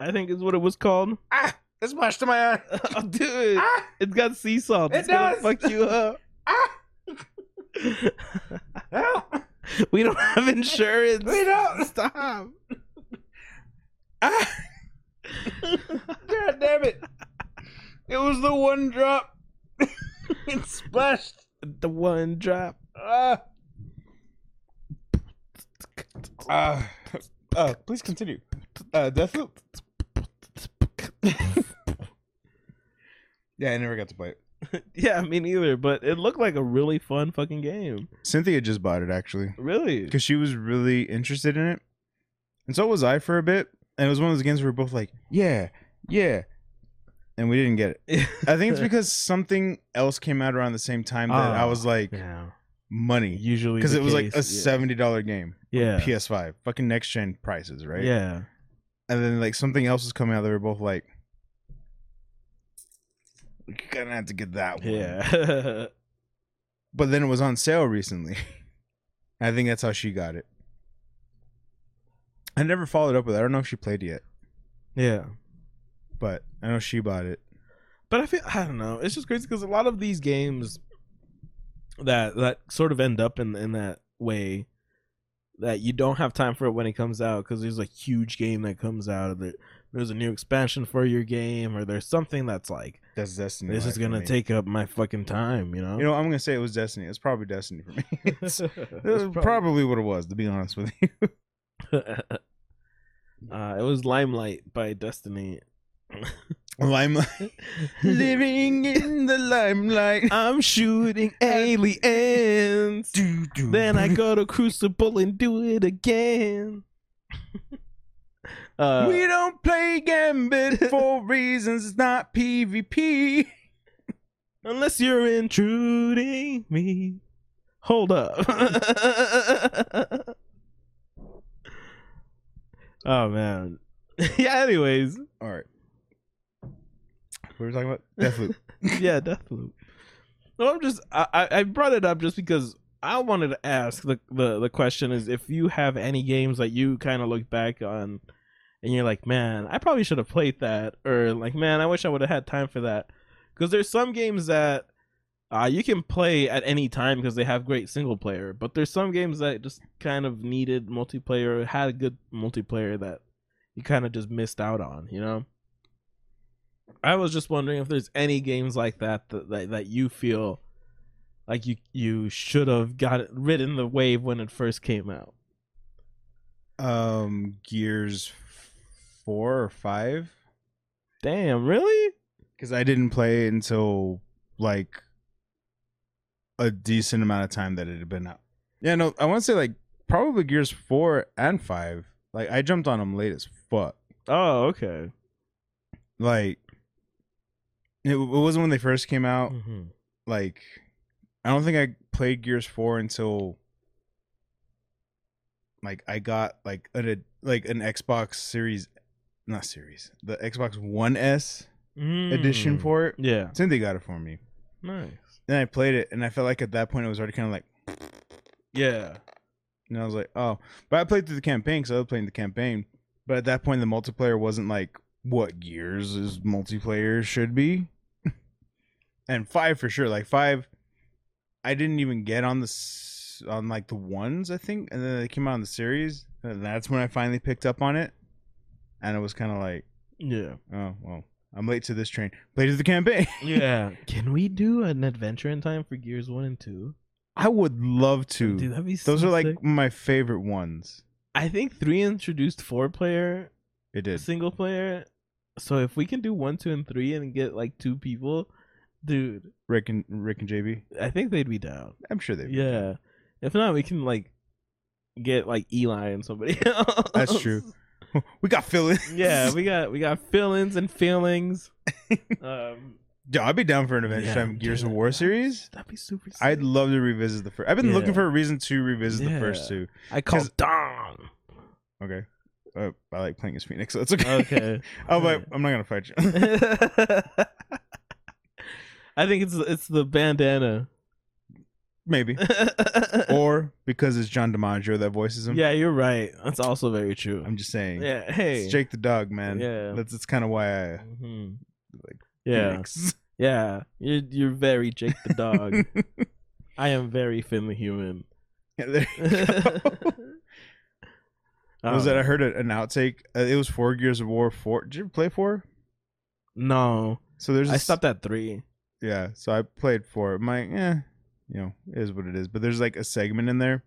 I think is what it was called.
ah, it's much to my eye.
oh, dude,
Ah,
it's got sea salt.
It
It's gonna
does.
fuck you up.
ah, help.
we don't have insurance.
We don't.
Stop.
Ah, God damn it. It was the one drop. it splashed.
the one drop.
Ah. Uh, uh, please continue. Uh, Deathloop. Yeah, I never got to play it.
yeah, me neither. But it looked like a really fun fucking game.
Cynthia just bought it actually
Really.
because she was really interested in it, and so was I for a bit. And it was one of those games where we are both like, "Yeah, yeah," and we didn't get it. I think it's because something else came out around the same time that I
Ah,
was like,
yeah.
"Money,"
Usually
because
the
it was like a
case,
seventy dollar game,
yeah. Yeah.
PS5, fucking next gen prices, right?
Yeah.
and then like something else was coming out. They were both like, "You're gonna have to get that one."
Yeah.
But then it was on sale recently. I think that's how she got it. I never followed up with. it. I don't know if she played yet,
yeah.
but I know she bought it.
But I feel I don't know. It's just crazy because a lot of these games that that sort of end up in in that way that you don't have time for it when it comes out because there's a huge game that comes out of it. There's a new expansion for your game, or there's something that's like
That's Destiny.
this
life
is
for
gonna
me.
take up my fucking time, you know.
You know, I'm gonna say it was Destiny. It's probably Destiny for me. It's- it was
It's probably-
probably what it was, to be honest with you.
uh, it was Limelight by Destiny.
Limelight, living in the limelight.
I'm shooting aliens.
Do, do,
Then I
do.
go to Crucible and do it again. uh,
we don't play Gambit for reasons it's not PvP.
unless you're intruding me. Hold up. oh man. yeah. Anyways,
All right. What were we talking about? Deathloop.
yeah, Deathloop. No, I'm just I, I I brought it up just because I wanted to ask the, the the question is if you have any games that you kind of look back on and you're like, man, I probably should have played that, or like, man, I wish I would have had time for that, because there's some games that uh, you can play at any time because they have great single player, but there's some games that just kind of needed multiplayer, had a good multiplayer that you kind of just missed out on, you know. I was just wondering if there's any games like that that that, that you feel like you you should have got it, ridden the wave when it first came out.
um, Gears four or five?
Damn, really?
Because I didn't play it until like a decent amount of time that it had been out. Yeah, no, I want to say like probably Gears four and five. Like I jumped on them late as fuck.
Oh, okay.
Like it, it wasn't when they first came out.
Mhm.
like I don't think I played Gears 4 until like I got like an like an Xbox Series not Series, the Xbox One S edition
Mm.
for it.
Yeah.
Cynthia got it for me.
Nice.
Then I played it and I felt like at that point it was already kind of like
Yeah.
and I was like, "Oh, but I played through the campaign cuz I was playing the campaign, but at that point the multiplayer wasn't like what Gears is multiplayer should be." and 5 for sure, like 5 I didn't even get on the s- on like the ones, I think, and then they came out on the series, and that's when I finally picked up on it. And it was kind of like,
Yeah.
"Oh, well, I'm late to this train. Play to the campaign."
Yeah. Can we do an adventure in time for Gears One and Two?
I would love to.
Dude, that'd be
Those
so
are like
sick.
my favorite ones.
I think three introduced four player
It did.
single player. So if we can do one, two, and three and get like two people, dude,
Rick and Rick and JB.
I think they'd be down.
I'm sure they
Yeah. If not, we can like get like Eli and somebody else.
That's true. we got Phil in.
Yeah, we got we got feelings and feelings. um,
Yo, I'd be down for an Adventure
Yeah,
Time Gears
dude,
of War
that'd be-
series.
That'd be super. Sick.
I'd love to revisit the first. I've been
Yeah.
looking for a reason to revisit the
Yeah.
first two.
I call
'cause-
Dom.
Okay. I, I like playing as Phoenix, so it's okay.
Okay.
I'm like,
alright.
I'm not gonna fight you.
I think it's it's the bandana.
Maybe, or because it's John DiMaggio that voices him.
yeah, you're right. That's also very true.
I'm just saying.
yeah. Hey.
It's Jake the dog, man.
Yeah.
That's that's kind of why I
Mhm.
like
yeah.
Phoenix.
Yeah. You're you're very Jake the dog. I am very Finn the human.
Yeah, there you go.
Oh,
was that I heard a- an outtake? Uh, it was four Gears of War four. Did you ever play four?
No,
So there's
I
this-
stopped at three.
Yeah, so I played four. I'm like, eh, you know, it is what it is. But there's like a segment in there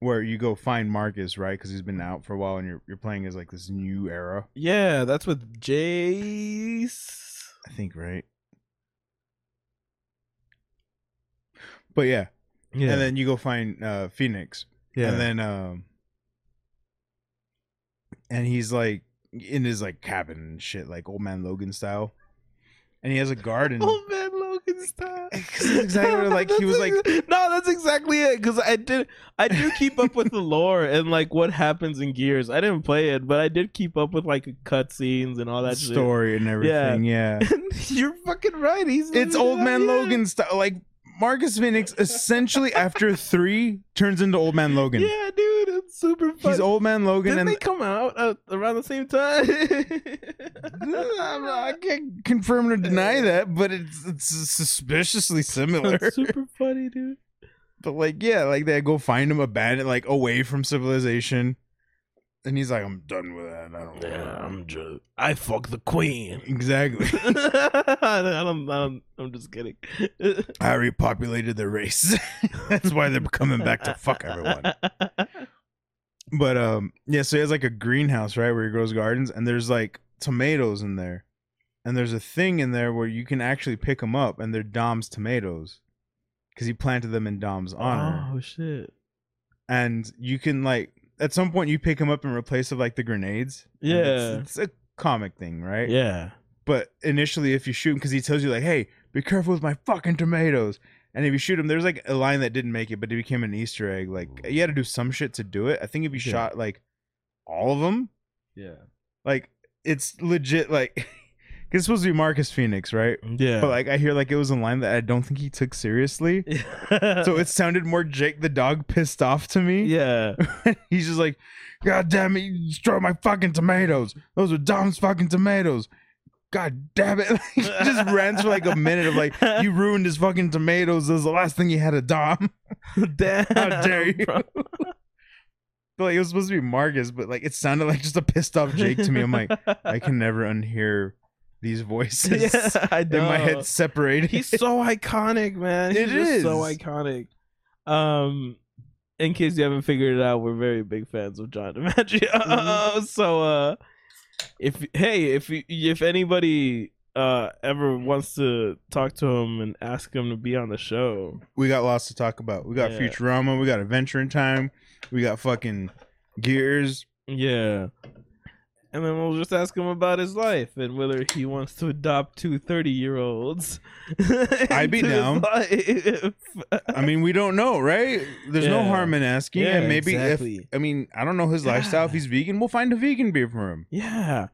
where you go find Marcus, right? Because he's been out for a while, and you're you're playing as like this new era.
Yeah, that's with Jace.
I think, right? But yeah,
Yeah,
and then you go find uh, Phoenix,
yeah,
and then um, and he's like in his like cabin and shit, like old man Logan style, and he has a garden.
oh man, Logan style.
'Cause it's exactly like he
That's
was like
ex- no, that's exactly it. Because I did, I do keep up with the lore and like what happens in Gears. I didn't play it, but I did keep up with like cutscenes and all that shit.
story and everything. Yeah,
You're fucking right. He's
it's old man
Yeah.
Logan style. Like Marcus Phoenix, essentially after three, turns into old man Logan.
Yeah, dude, it's super fun.
He's old man Logan,
Didn't
and
they come out uh, around the same time?
I'm not- I can't confirm or deny that, but it's it's suspiciously similar.
That's super funny, dude.
But like, yeah, like they go find him abandoned, like away from civilization, and he's like, "I'm done with that. I don't."
I'm just. I fuck the queen.
Exactly.
I don't, I don't, I'm just kidding.
I repopulated the race. That's why they're coming back to fuck everyone. But um, yeah, so he has like a greenhouse, right, where he grows gardens, and there's like tomatoes in there, and there's a thing in there where you can actually pick them up, and they're Dom's tomatoes, because he planted them in Dom's honor,
Oh shit!
and you can like at some point you pick them up and replace them like the grenades. And
Yeah.
it's, it's a comic thing, right?
Yeah.
But initially, if you shoot him, because he tells you like, "Hey, be careful with my fucking tomatoes." And if you shoot him, there's like a line that didn't make it, but it became an Easter egg. Like you had to do some shit to do it. I think if you
Yeah.
shot like all of them,
Yeah.
like it's legit. Like 'cause it's supposed to be Marcus Phoenix, right?
Yeah.
But like I hear like it was a line that I don't think he took seriously. So it sounded more Jake the dog pissed off to me.
yeah.
He's just like, God damn it, you destroyed my fucking tomatoes. Those are Dom's fucking tomatoes. God damn it. Like, he just rants for like a minute of like, you ruined his fucking tomatoes. This is the last thing he had of Dom.
Damn,
How dare you?
bro.
But like, it was supposed to be Marcus, but like, it sounded like just a pissed off Jake to me. I'm like, I can never unhear these voices
yeah, I
in my
know.
head separated.
He's so iconic, man. He's
It
just so
is.
iconic. Um, in case you haven't figured it out, we're very big fans of John DiMaggio.
Mm-hmm.
so, uh, if hey, if you- if anybody uh ever wants to talk to him and ask him to be on the show,
we got lots to talk about. We got
Yeah.
Futurama, we got Adventure in Time, we got fucking Gears.
yeah. And then we'll just ask him about his life and whether he wants to adopt two 30 year olds.
I'd be down. I mean, we don't know, right? There's no
Yeah.
harm in asking.
Yeah,
and maybe if
exactly.
I mean, I don't know his lifestyle. If
Yeah.
he's vegan, we'll find a vegan beer for him.
Yeah.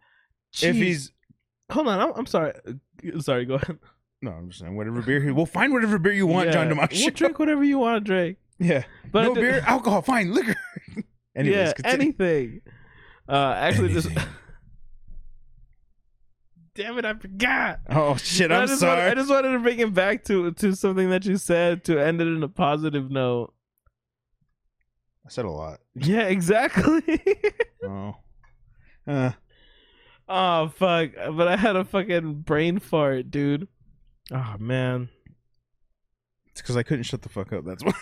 If
Jeez.
he's
hold on, I'm, I'm sorry. Uh, Sorry, go ahead.
no, I'm just saying whatever beer he we'll find whatever beer you want, John
Yeah.
DiMaggio.
We'll drink whatever you want to drink.
yeah.
But I
no
did-
beer, alcohol, fine, liquor. Anyways,
yeah,
continue.
anything. Uh, actually, just
Anything.
damn it, I forgot.
Oh shit,
I
I'm
just
sorry.
Wanted, I just wanted to bring it back to to something that you said to end it in a positive note.
I said a lot.
Yeah, exactly.
Oh. Uh,
oh fuck! But I had a fucking brain fart, dude. Oh man.
it's because I couldn't shut the fuck up. That's why.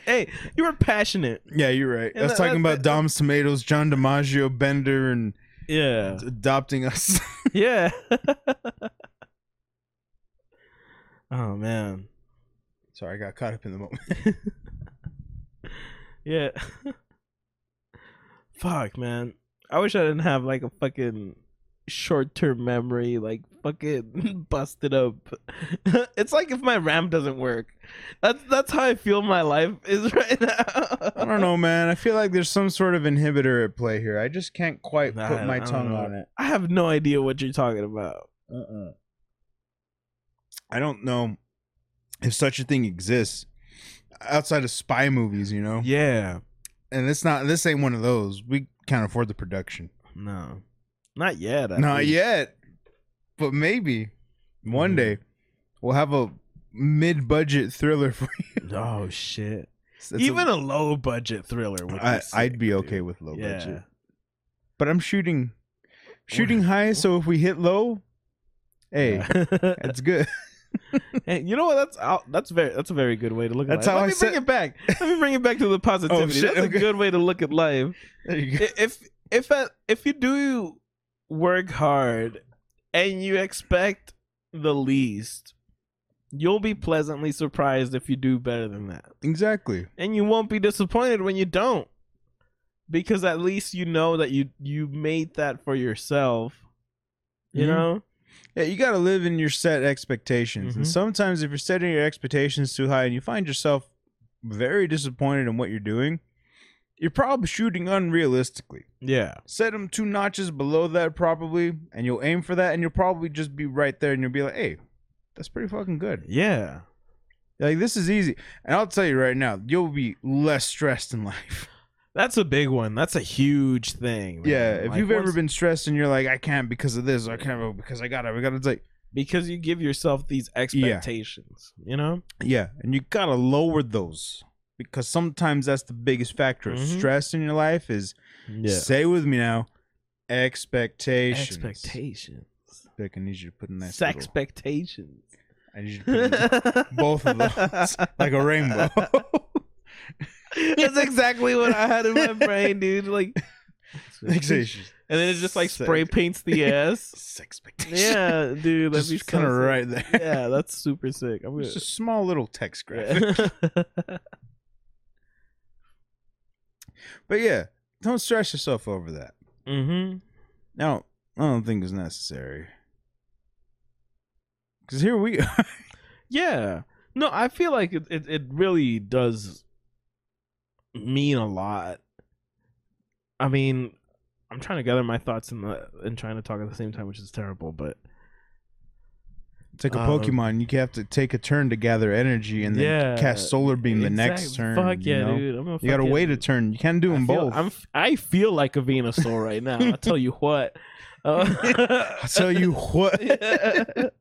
hey, you were passionate.
yeah, you're right. I
And
was
that-
talking
that-
about Dom's tomatoes, John DiMaggio, Bender, and
Yeah.
adopting us.
Yeah. oh man.
sorry, I got caught up in the moment.
Yeah. Fuck, man. I wish I didn't have like a fucking short-term memory like fucking busted up it's like if my ram doesn't work that's that's how i feel my life is right now
I don't know, man. I feel like there's some sort of inhibitor at play here. I just can't quite
Nah,
put
I
my
don't
tongue
know.
on it.
i have no idea what you're talking about
Uh-uh. I don't know if such a thing exists outside of spy movies, you know.
yeah
And it's not. This ain't one of those. We can't afford the production.
no not yet at
Not
least.
yet, but maybe one
Mhm.
day we'll have a mid-budget thriller for you.
oh shit
It's a-
even a, low budget thriller would be
I, I'd be
sick,
okay
dude.
with low
yeah.
budget, but I'm shooting shooting high. So if we hit low, hey,
Yeah.
that's good.
Hey, you know what? That's out, that's very that's a very good way to look at
That's
life.
how
Let
I
me bring
said- Oh,
it back. Let me bring it back to the positivity.
shit,
that's
okay.
a good way to look at life.
There you go.
I- if if a- if you do work hard and you expect the least, you'll be pleasantly surprised if you do better than that,
Exactly.
and you won't be disappointed when you don't, because at least you know that you you made that for yourself. You
Mhm.
know.
Yeah, you got to live in your set expectations. And
Mhm.
sometimes, if you're setting your expectations too high and you find yourself very disappointed in what you're doing, you're probably shooting unrealistically.
Yeah.
Set them two notches below that, probably, and you'll aim for that, and you'll probably just be right there, and you'll be like, hey, that's pretty fucking good.
Yeah.
Like, this is easy. And I'll tell you right now, you'll be less stressed in life.
That's a big one. That's a huge thing. man.
yeah. If
Like,
you've
once-
ever been stressed and you're like, I can't because of this, I can't because I got it, I got it. It's like,
because you give yourself these expectations, you know?
Yeah, and you gotta lower those because sometimes that's the biggest factor of
Mhm.
stress in your life. Is
Yeah.
say it with me now, expectations.
Expectations.
Vic, I need you to put in that. Sex.
Expectations.
I need you to put in both of those like a rainbow.
That's exactly what I had in my brain, dude. Like and
expectations.
then it just like spray paints the ass.
Expectations.
Yeah, dude, that'd be
just kind of
so sick.
right there.
Yeah, that's super sick. I'm gonna
It's a small little text graphic.
Yeah.
But yeah, don't stress yourself over that.
Mhm.
Now, I don't think it's necessary. Because here we are.
Yeah. No, I feel like it, it, it really does mean a lot. I mean, I'm trying to gather my thoughts in the and trying to talk at the same time, which is terrible, but
It's like a
Um,
Pokemon. You have to take a turn to gather energy and then
Yeah,
cast Solar Beam the next
Exact-
turn.
Fuck
you
yeah,
know?
dude. I'm a
You gotta
fucking-
wait a turn. You can't do
I
them
feel-
both.
I'm f- I feel like a Venusaur right now. I tell you what. Uh,
I'll tell you what.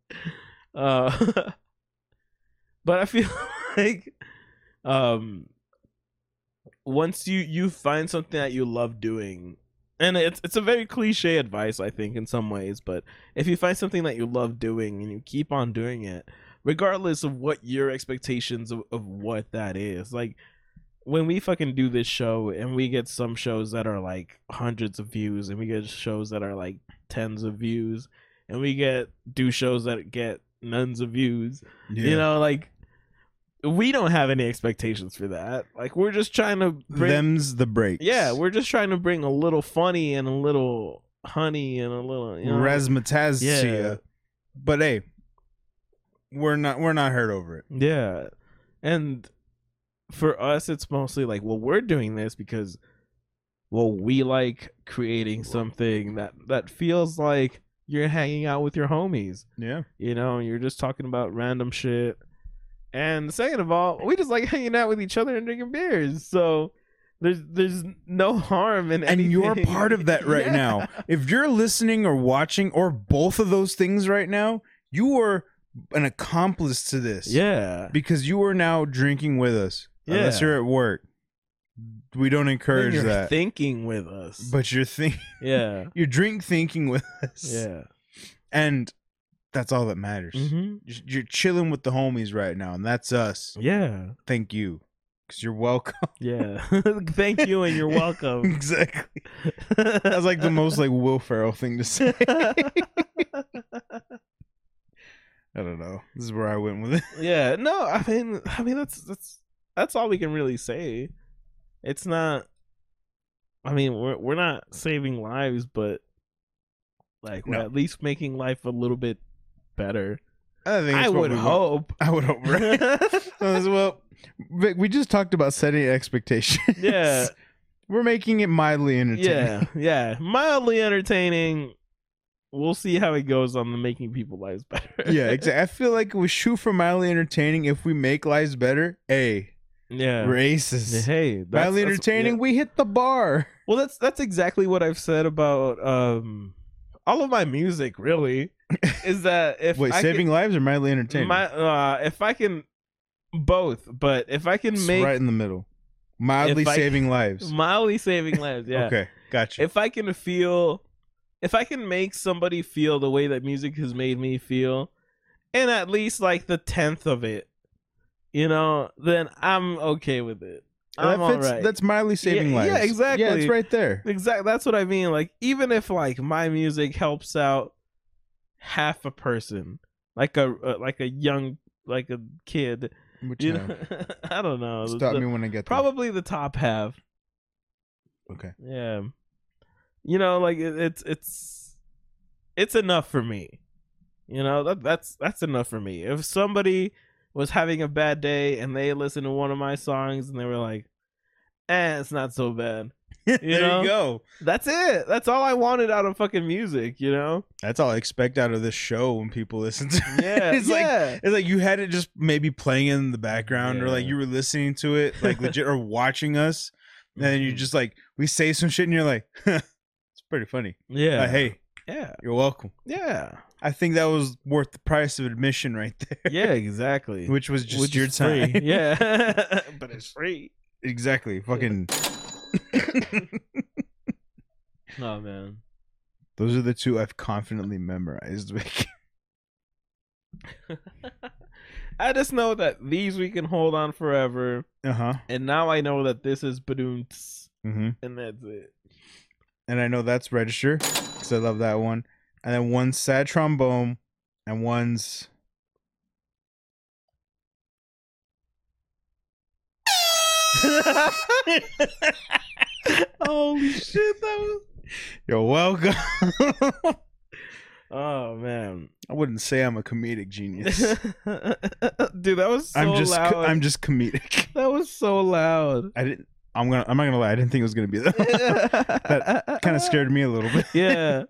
uh, but I feel like um once you you find something that you love doing and it's it's a very cliche advice I think in some ways but if you find something that you love doing and you keep on doing it regardless of what your expectations of, of what that is like when we fucking do this show and we get some shows that are like hundreds of views and we get shows that are like tens of views and we get do shows that get nuns of views.
Yeah.
You know, like we don't have any expectations for that. Like we're just trying to bring
Them's the breaks.
Yeah, we're just trying to bring a little funny and a little honey and a little you know,
Razzmatazz
Yeah.
But hey, we're not we're not hurt over it.
Yeah. And for us it's mostly like, well, we're doing this because well, we like creating something that that feels like you're hanging out with your homies.
Yeah.
You know, you're just talking about random shit. And second of all, we just like hanging out with each other and drinking beers. So there's there's no harm in
And you're
anything.
part of that right
Yeah.
now. If you're listening or watching or both of those things right now, you are an accomplice to this.
Yeah.
because you are now drinking with us. Unless
Yeah.
you're at work, we don't encourage
you're
that.
thinking with us.
but you're think
yeah.
you drink thinking with us,
Yeah.
and that's all that matters.
Mhm.
You're- You're chilling with the homies right now, and that's us.
Yeah.
Thank you, because you're welcome.
Yeah. Thank you and you're welcome.
exactly. That's like the most like Will Ferrell thing to say. I don't know. This is where I went with it.
yeah no i mean i mean that's that's that's all we can really say it's not i mean we're we're not saving lives but Like we're
No.
at least making life a little bit better.
I think
I
that's what
would
we want.
hope.
I would hope, right? I was, well, Vic, we just talked about setting expectations.
Yeah.
We're making it mildly entertaining.
yeah, yeah. Mildly entertaining. We'll see how it goes on the making people lives better.
Yeah, exactly. I feel like we shoot for mildly entertaining. If we make lives better, hey,
yeah.
racist.
Hey, that's,
mildly
that's-
entertaining,
yeah.
we hit the bar.
Well, that's that's exactly what I've said about um all of my music. Really, is that if
Wait,
I could-
saving lives or mildly entertaining?
my uh, if I can both, but if I can
It's
make
right in the middle. Mildly
If I-
saving lives.
mildly saving lives, yeah.
Okay, gotcha.
If I can feel, if I can make somebody feel the way that music has made me feel, and at least like the tenth of it, you know, then I'm okay with it. I'm
that fits,
all right.
That's mildly saving
yeah,
lives.
exactly.
Yeah, it's right there.
Exactly. That's what I mean. Like, even if like my music helps out half a person, like a uh, like a young like a kid,
Which,
you
uh,
know, I don't know.
stop
The-
me when I get there.
Probably the top half.
Okay.
Yeah. You know, like it, it's it's it's enough for me. You know that that's that's enough for me. If somebody was having a bad day and they listened to one of my songs and they were like, "Eh, it's not so bad."
there
know?
you go.
That's it. That's all I wanted out of fucking music, you know?
That's all I expect out of this show when people listen to it.
Yeah.
It's like-
yeah.
It's like you had it just maybe playing in the background or like
Yeah.
you were listening to it, like legit or watching us. And then you just like, we say some shit and you're like, it's pretty funny.
Yeah.
Uh, hey,
Yeah.
you're welcome.
Yeah.
I think that was worth the price of admission right there,
Yeah, exactly.
which was just
Which
your
is
time.
Free. Yeah. but it's free.
exactly. Fucking.
Oh man.
Those are the two I've confidently memorized. Vic.
I just know that these we can hold on forever.
uh huh.
And now I know that this is Badoons
hmm
and that's it.
And I know that's register because I love that one. And then one's sad trombone and one's.
Holy shit, that was
You're welcome.
Oh man.
I wouldn't say I'm a comedic genius.
Dude, that was so
I'm just
loud.
I'm just comedic.
That was so loud.
I didn't. I'm gonna. I'm not gonna lie. I didn't think it was gonna be that. That kind of scared me a little bit.
Yeah.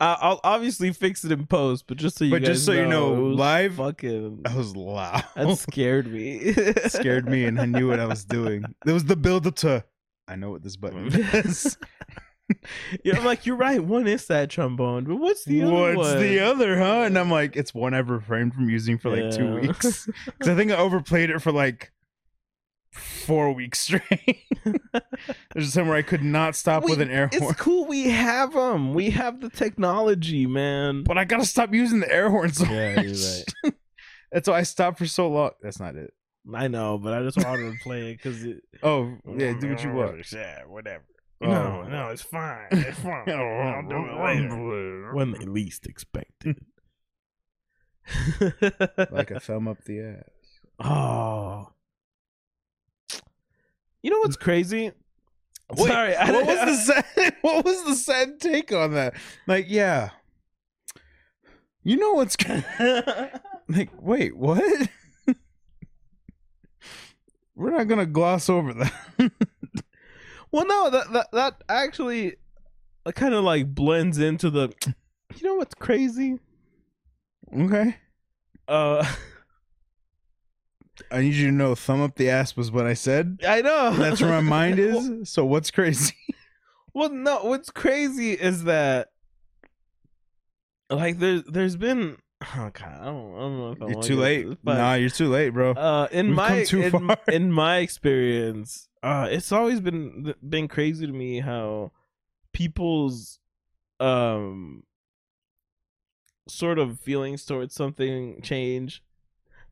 I- I'll obviously fix it in post, but just so you
but
guys
just so you know,
know, it was
live
fucking
that was loud.
that scared me.
scared me, and I knew what I was doing. It was the build up to. I know what this button is.
Yeah, I'm like, you're right. One is that trombone, but what's the other
What's
one?
the other, huh? And I'm like, it's one I've refrained from using for like two
Yeah.
weeks because I think I overplayed it for like four weeks straight. There's a time where I could not stop with
We-
an air horn.
It's cool. We have them. We have the technology, man.
but I gotta stop using the air horn so
Yeah,
much. That's why I stopped for so long. That's not it.
I know, but I just wanted to play it because it.
Oh, yeah, do what you want.
Yeah, whatever.
Oh.
No, no, Oh, it's fine. It's fine. I'll do it later. When they least expect it.
like a thumb up the ass.
Oh. You know what's crazy?
Wait,
Sorry, I
what was the sad, what was the sad take on that? Like, yeah, you know what's going like? Wait, what? We're not gonna gloss over that.
Well, no, that that, that actually uh, kind of like blends into the. You know what's crazy?
okay,
Uh,
I need you to know, thumb up the ass was what I said.
I know
That's where my mind is. So what's crazy?
Well, no, what's crazy is that like there's there's been oh god, I don't, I don't know if I
You're
wanna
too
get
late.
into this, but-
Nah, you're too late, bro.
uh in
We've
my
come too
in,
far.
in my experience uh it's always been been crazy to me how people's um sort of feelings towards something change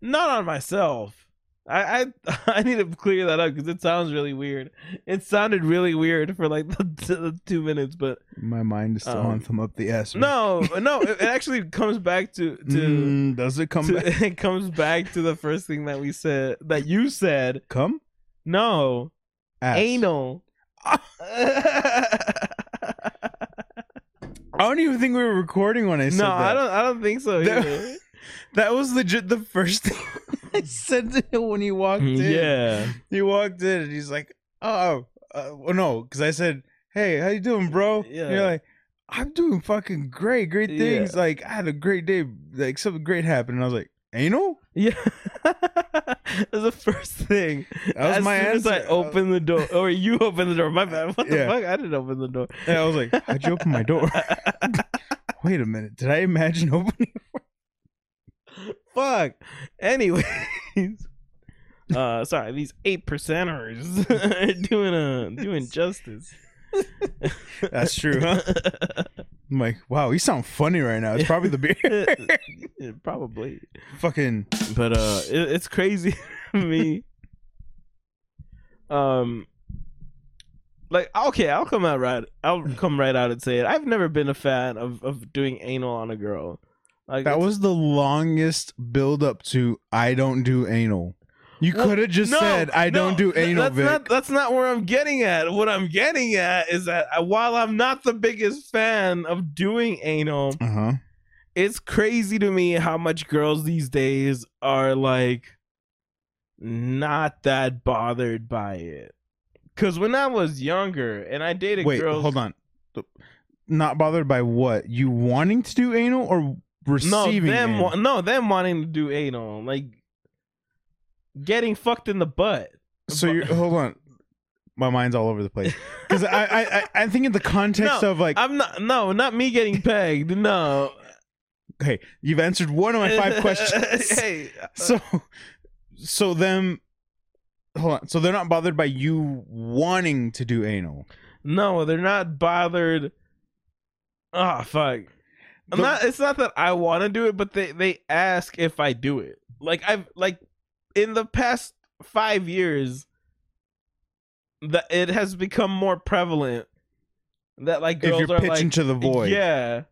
not on myself I, I I need to clear that up because it sounds really weird. It sounded really weird for like the, the two minutes, but
My mind is still
Um,
on thumb up the ass. man.
no, no, it, it actually comes back to to
Mm, does it come
to-
back?
it comes back to the first thing that we said that you said.
Come
No,
ass.
anal.
I don't even think we were recording when I said
no,
that.
I don't. I don't think so.
That-
either.
That was legit the first thing I said to him when he walked in.
yeah.
He walked in and he's like, "Oh, uh, well, no," because I said, "Hey, how you doing, bro?" And
Yeah.
you're like, "I'm doing fucking great, great
Yeah.
things. Like, I had a great day. Like, something great happened." And I was like, "Anal?"
Yeah, that's the first thing.
That was
as
my
soon As I
answer.
open the door, or you open the door. My bad. What the
Yeah.
fuck? I didn't open the door.
And I was like, "How'd you open my door?" Wait a minute. Did I imagine opening?
Fuck. Anyways, uh, sorry. These eight percenters are doing uh doing justice.
That's true, huh? I'm like, wow, you sound funny right now. It's probably the beer.
Yeah, probably.
fucking
but uh it, it's crazy to me um like okay i'll come out right i'll come right out and say it i've never been a fan of of doing anal on a girl like
That
it's-
was the longest build up to I don't do anal. You
Well,
could have just
No,
said I
no,
don't do
th-
anal,
that's
Vic.
not that's not where i'm getting at what i'm getting at is that I, while i'm not the biggest fan of doing anal
Uh huh.
it's crazy to me how much girls these days are like not that bothered by it. Cause when I was younger and I dated
Wait,
girls,
hold on. Not bothered by what you wanting to do anal or
no,
receiving?
them,
anal?
wa- no, them wanting to do anal, like getting fucked in the butt.
so you hold on. My mind's all over the place because I, I I I think in the context
No,
of like
I'm not, no, not me getting pegged. No,
hey, you've answered one of my five questions.
hey,
so so them. Hold on. So they're not bothered by you wanting to do anal.
No, they're not bothered. Ah, fuck. I'm
The-
not. It's not that I want to do it, but they they ask if I do it. Like I've like in the past five years, that it has become more prevalent that like
If
girls
you're
are
pitching
like
to the void,
yeah.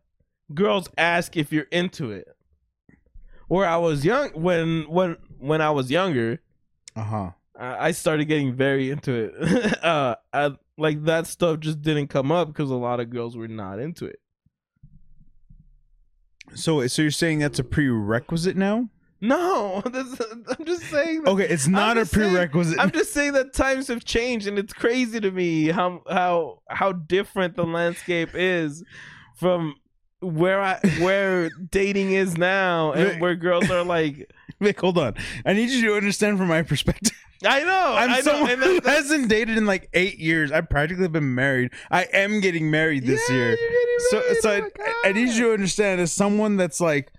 Girls ask if you're into it. Where I was young when when when I was younger,
Uh huh.
I I started getting very into it. uh, I, like that stuff just didn't come up because a lot of girls were not into it.
So, so you're saying that's a prerequisite now?
No, that's, I'm just saying. That,
Okay, it's not a
just saying-
prerequisite.
I'm just saying that times have changed, and it's crazy to me how how how different the landscape is from where I where dating is now, and
Right.
where girls are like,
Vic, hold on. I need you to understand from my perspective.
I know,
I'm
I know,
someone
and
who
that- that-
hasn't dated in like eight years. I've practically been married. I am getting married this
Yeah,
year.
you're getting
So,
married,
so
oh
I,
my
I- I need
God.
you to understand as someone that's like,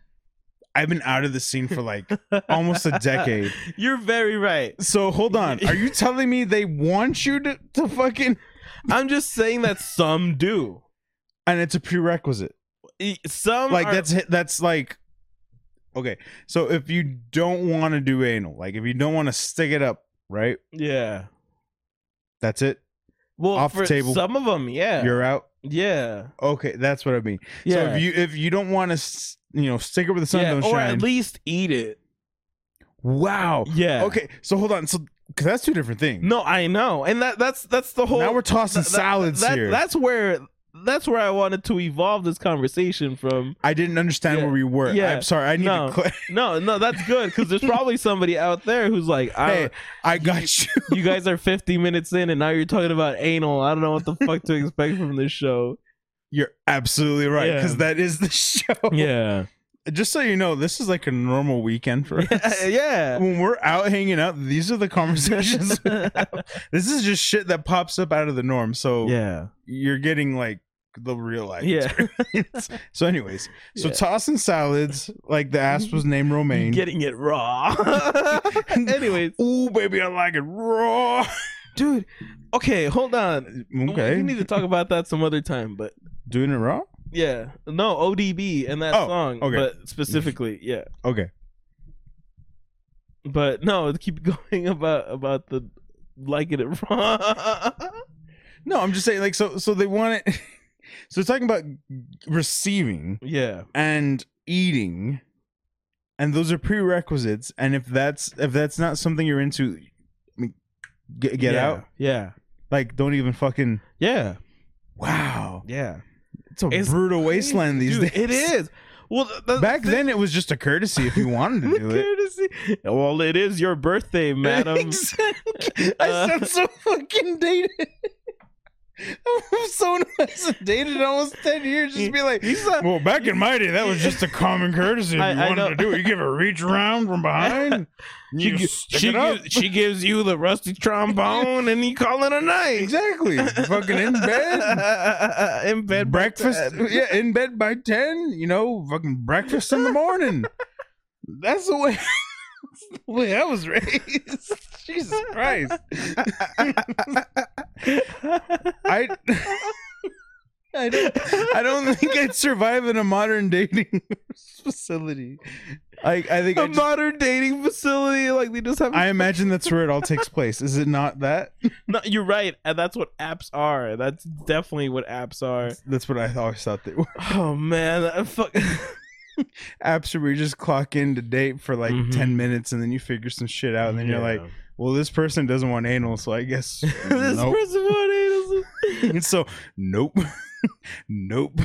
I've been out of the scene for like almost a decade.
You're very right.
So hold on. Are you telling me they want you to, to fucking
I'm just saying that some do.
and it's a prerequisite?
E- Some
like
are-
that's hi- that's like okay so if you don't want to do anal like if you don't want to stick it up right
yeah.
that's it
Well,
off the
for
table.
Some of them, yeah,
you're out
yeah,
okay that's what i mean
yeah,
so if you if you don't want to you know stick it with the sun
yeah,
don't
or
shine
at least eat it.
wow
Yeah.
okay so hold on so because that's two different things
No, I know, and that that's that's the whole.
now we're tossing
th- th-
salads
that-
here
That's where that's where I wanted to evolve this conversation from.
i didn't understand
Yeah,
where we were
yeah,
i'm sorry i need
no.
to cl-
No, no, that's good because there's probably somebody out there who's like, I,
hey i got you
you guys are 50 minutes in, and now you're talking about anal. I don't know what the fuck to expect from this show.
you're absolutely right
Yeah.
because that is the show
Yeah,
just so you know this is like a normal weekend for us
yeah.
when we're out hanging out, these are the conversations. this is just shit that pops up out of the norm. So
Yeah,
you're getting like the real life.
yeah.
experience. so, anyways, so
Yeah.
tossing salads, like the ass was named Romaine.
Getting it raw. Anyways,
Ooh, baby, I like it raw.
dude. Okay, hold on. We
Okay,
need to talk about that some other time, but
doing it raw.
yeah. No, ODB and that
Oh,
song,
okay.
but specifically, yeah.
Okay,
But no, keep going about about the liking it raw.
no, I'm just saying, like, so, so they want it. so, talking about receiving.
yeah.
and eating and those are prerequisites and if that's if that's not something you're into I mean, get, get
yeah,
out
Yeah.
like don't even fucking
Yeah.
wow
Yeah.
It's a
It's
brutal wasteland these
Dude,
days.
It is. Well, th- th-
Back
th-
then, it was just a courtesy if you wanted to do it. Um,
courtesy. Well, it is your birthday, madam. Uh,
Exactly. I sound so fucking dated. I'm so dated in almost 10 years. Just be like,
He's not-
well, back in my day, that was just a common courtesy. If
I-
you
I
wanted
know.
to do it, you give a reach around from behind. and
She,
you
gi-
stick
she,
it up.
gives, she gives you the rusty trombone and you call it a night.
Exactly. fucking in bed.
In bed. by
breakfast.
10.
Yeah, in bed by 10. You know, fucking breakfast in the morning. That's the way. that's the way I was raised. Jesus Christ. I I don't I don't think I'd survive in a modern dating facility. I I think I,
a
just,
modern dating facility. Like they just have.
I imagine that's where it all takes place. Is it not that?
no, you're right, and that's what apps are. That's definitely what apps are.
That's what I always thought they were.
Oh man, I fuck.
Apps where you just clock in to date for like
Mhm.
ten minutes and then you figure some shit out and then you're like, well, this person doesn't want anal, so I guess
this
nope.
person wanted anal.
so nope, nope.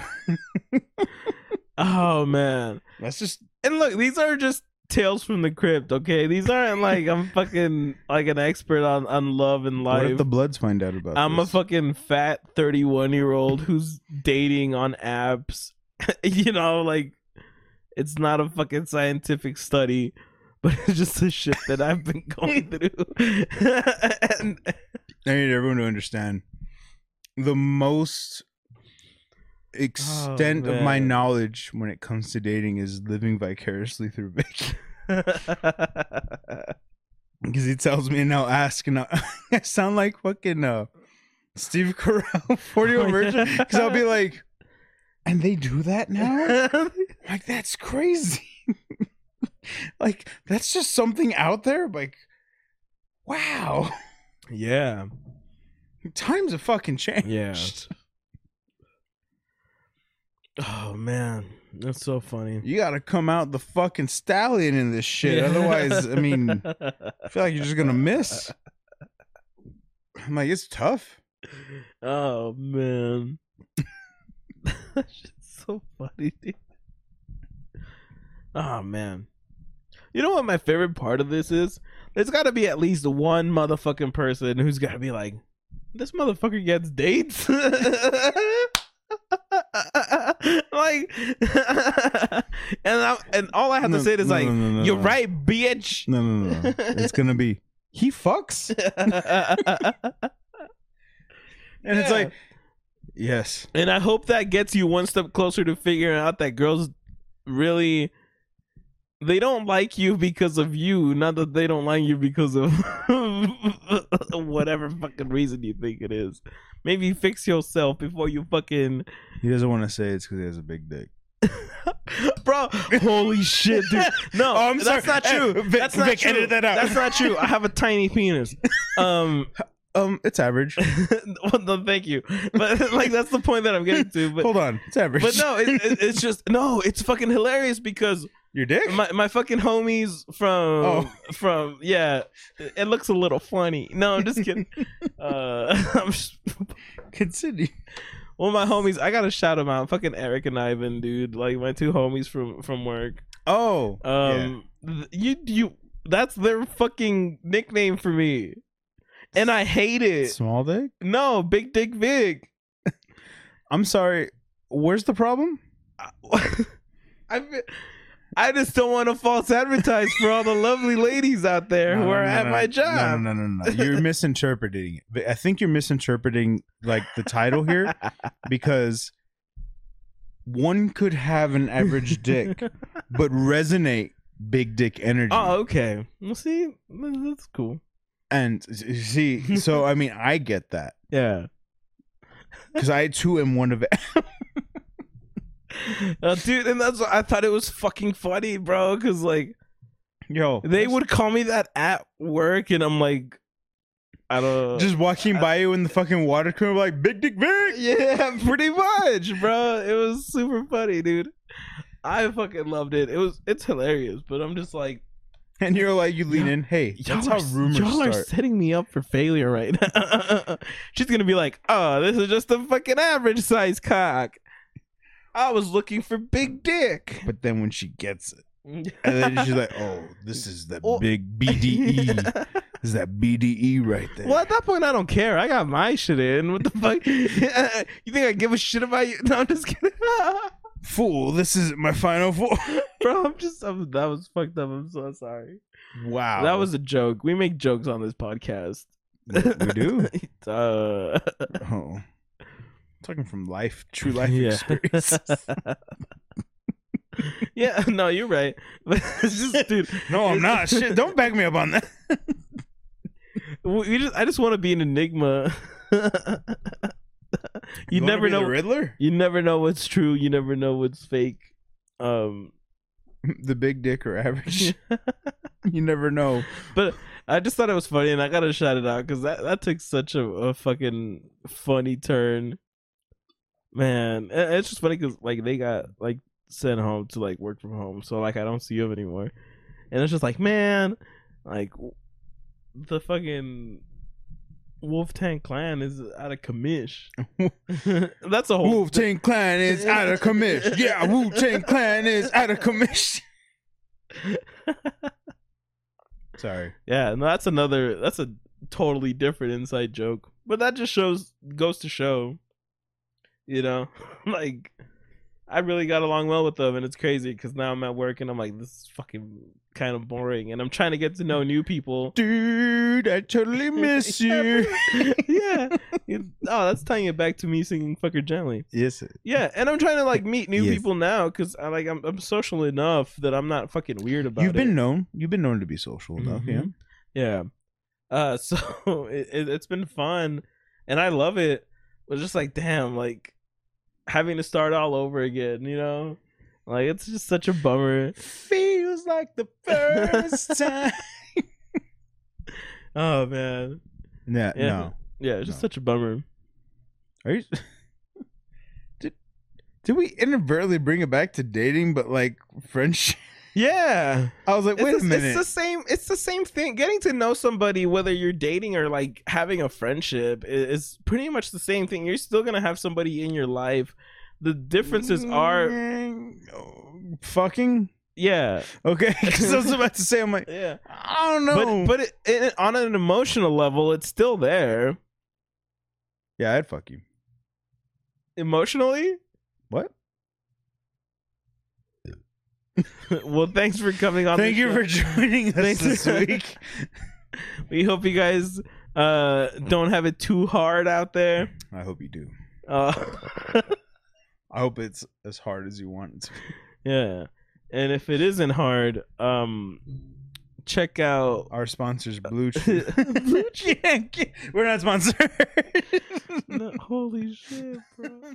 Oh man,
That's just
and look, these are just tales from the crypt. Okay, these aren't like I'm fucking like an expert on on love and
what
life.
if the Bloods find out about?
I'm a
this?
fucking fat 31 year old who's dating on apps. you know, like it's not a fucking scientific study, but it's just the shit that I've been going through. and,
I need everyone to understand the most extent of my
Oh, man.
knowledge when it comes to dating is living vicariously through Vic because he tells me and I'll ask and I'll, I sound like fucking uh, Steve Carell 40 year
Oh,
old virgin
yeah.
because I'll be like, and they do that now? like that's crazy. like that's just something out there. Like, wow,
yeah.
times have fucking changed.
Yeah. Oh man, that's so funny.
You gotta come out the fucking stallion in this shit.
Yeah.
Otherwise, I mean, I feel like you're just gonna miss. I'm like, it's tough.
Oh man, that shit's so funny, dude. Oh man, you know what my favorite part of this is? There's got to be at least one motherfucking person who's got to be like, this motherfucker gets dates. like, and I, and all I have to
No,
say is
no,
like,
no, no, no,
you're
no.
right, bitch.
No, no, no, no. It's gonna be he fucks, and it's
Yeah.
like, yes,
And I hope that gets you one step closer to figuring out that girls really they don't like you because of you, not that they don't like you because of whatever fucking reason you think it is. Maybe fix yourself before you fucking
he doesn't want to say it's because he has a big dick.
Bro, holy shit, dude. No,
Oh, I'm
that's
sorry.
not true.
Eh, Vic-
that's not
Vic,
true.
edit that out.
That's not true. I have a tiny penis. Um
Um, it's average.
well, no, thank you. But like that's the point that I'm getting to, but
Hold on, it's average.
but no, it, it, it's just no. It's fucking hilarious because
your dick.
my, my fucking homies from
Oh.
from yeah, it it looks a little funny. No, I'm just kidding. uh, I'm just,
Continue.
well, my homies, I gotta shout them out. Fucking Eric and Ivan, dude. Like my two homies from from work.
Oh,
Um, th- you you that's their fucking nickname for me, and I hate
yeah.
it.
small dick.
No, big dick Vic.
I'm sorry. Where's the problem?
I feel- I just don't want to false advertise for all the lovely ladies out there who
No,
are
no, no,
at
no,
my
no,
job.
No, no, no, no. You're misinterpreting it. But I think you're misinterpreting like the title here because one could have an average dick but resonate big dick energy.
oh, okay. Well, see, that- that's cool.
And s- s- see, so I mean, I get that
Yeah.
because I too am one of it.
Uh, dude, and that's I thought it was fucking funny, bro, because like
Yo,
they would call me that at work, and I'm like, I don't.
just walking by you in the fucking water cooler, like big dick big.
yeah, pretty much, bro. It was super funny, dude. I fucking loved it. It was it's hilarious, but I'm just like.
And you're like, you lean in. Hey, that's how
are,
rumors
y'all are
start.
setting me up for failure right now. She's gonna be like, "Oh, this is just a fucking average size cock,"
I was looking for big dick.
But then when she gets it, and then she's like, "Oh, this is the
Oh.
big BDE. this is that BDE right there."
Well, at that point, I don't care. I got my shit in. What the fuck? you think I give a shit about you? No, I'm just kidding,
Fool, this isn't my final four.
bro. I'm just. I'm, that was fucked up. I'm so sorry.
Wow,
That was a joke. We make jokes on this podcast. uh,
we we do.
Duh.
Oh, talking from life, true life
Yeah.
experience.
yeah, no, you're right. But it's just, dude,
No, I'm not. Shit, don't back me up on that.
we just. I just want to be an enigma. you
wanna
never
be
know.
the Riddler,
you never know what's true. You never know what's fake. Um,
the big dick or average. you never know.
I just thought it was funny, and I gotta shout it out because that that took such a, a fucking funny turn. Man, it- it's just funny because like they got like sent home to like work from home, so like I don't see them anymore, and it's just like man, like w- the fucking Wolf Tank Clan is out of commish. That's a whole
Wu Tang Clan is out of commission. Yeah, Wu Tang Clan is out of commission. Sorry.
Yeah, no, that's another. That's a totally different inside joke, but that just shows goes to show, you know, like I really got along well with them, and it's crazy because now I'm at work and I'm like, this is fucking kind of boring, and I'm trying to get to know new people.
Dude, I totally miss you.
yeah. You- oh, that's tying it back to me singing "Fucker Gently."
Yes.
Yeah, and I'm trying to like meet new
Yes.
people now because I like I'm, I'm social enough that I'm not fucking weird about
You've
it.
been known. You've been known to be social enough, yeah.
Mhm. Yeah. Uh, so it, it, it's been fun, and I love it. But just like, damn, like having to start all over again, you know, like it's just such a bummer.
Feels like the
first
time.
Oh man,
Yeah,
Yeah.
no.
yeah, it's just
No.
such a bummer.
Are you did, did we inadvertently bring it back to dating, but like friendship?
Yeah,
I was like, wait a minute.
It's the same. It's the same thing. Getting to know somebody, whether you're dating or like having a friendship, i- is pretty much the same thing. You're still gonna have somebody in your life. The differences are,
Mm, fucking
yeah,
okay. Because I was about to say, I'm like,
yeah.
I don't know.
But but it, it, on an emotional level, it's still there.
yeah, I'd fuck you.
Emotionally,
What?
well, thanks for coming on.
Thank
the
you
show.
for joining us
Thanks.
this week.
We hope you guys uh, don't have it too hard out there.
I hope you do.
Uh,
I hope it's as hard as you want it to. be.
yeah, and if it isn't hard, um, check out.
Our sponsors, Blue Chew.
Blue
We're not sponsored.
Holy shit, bro.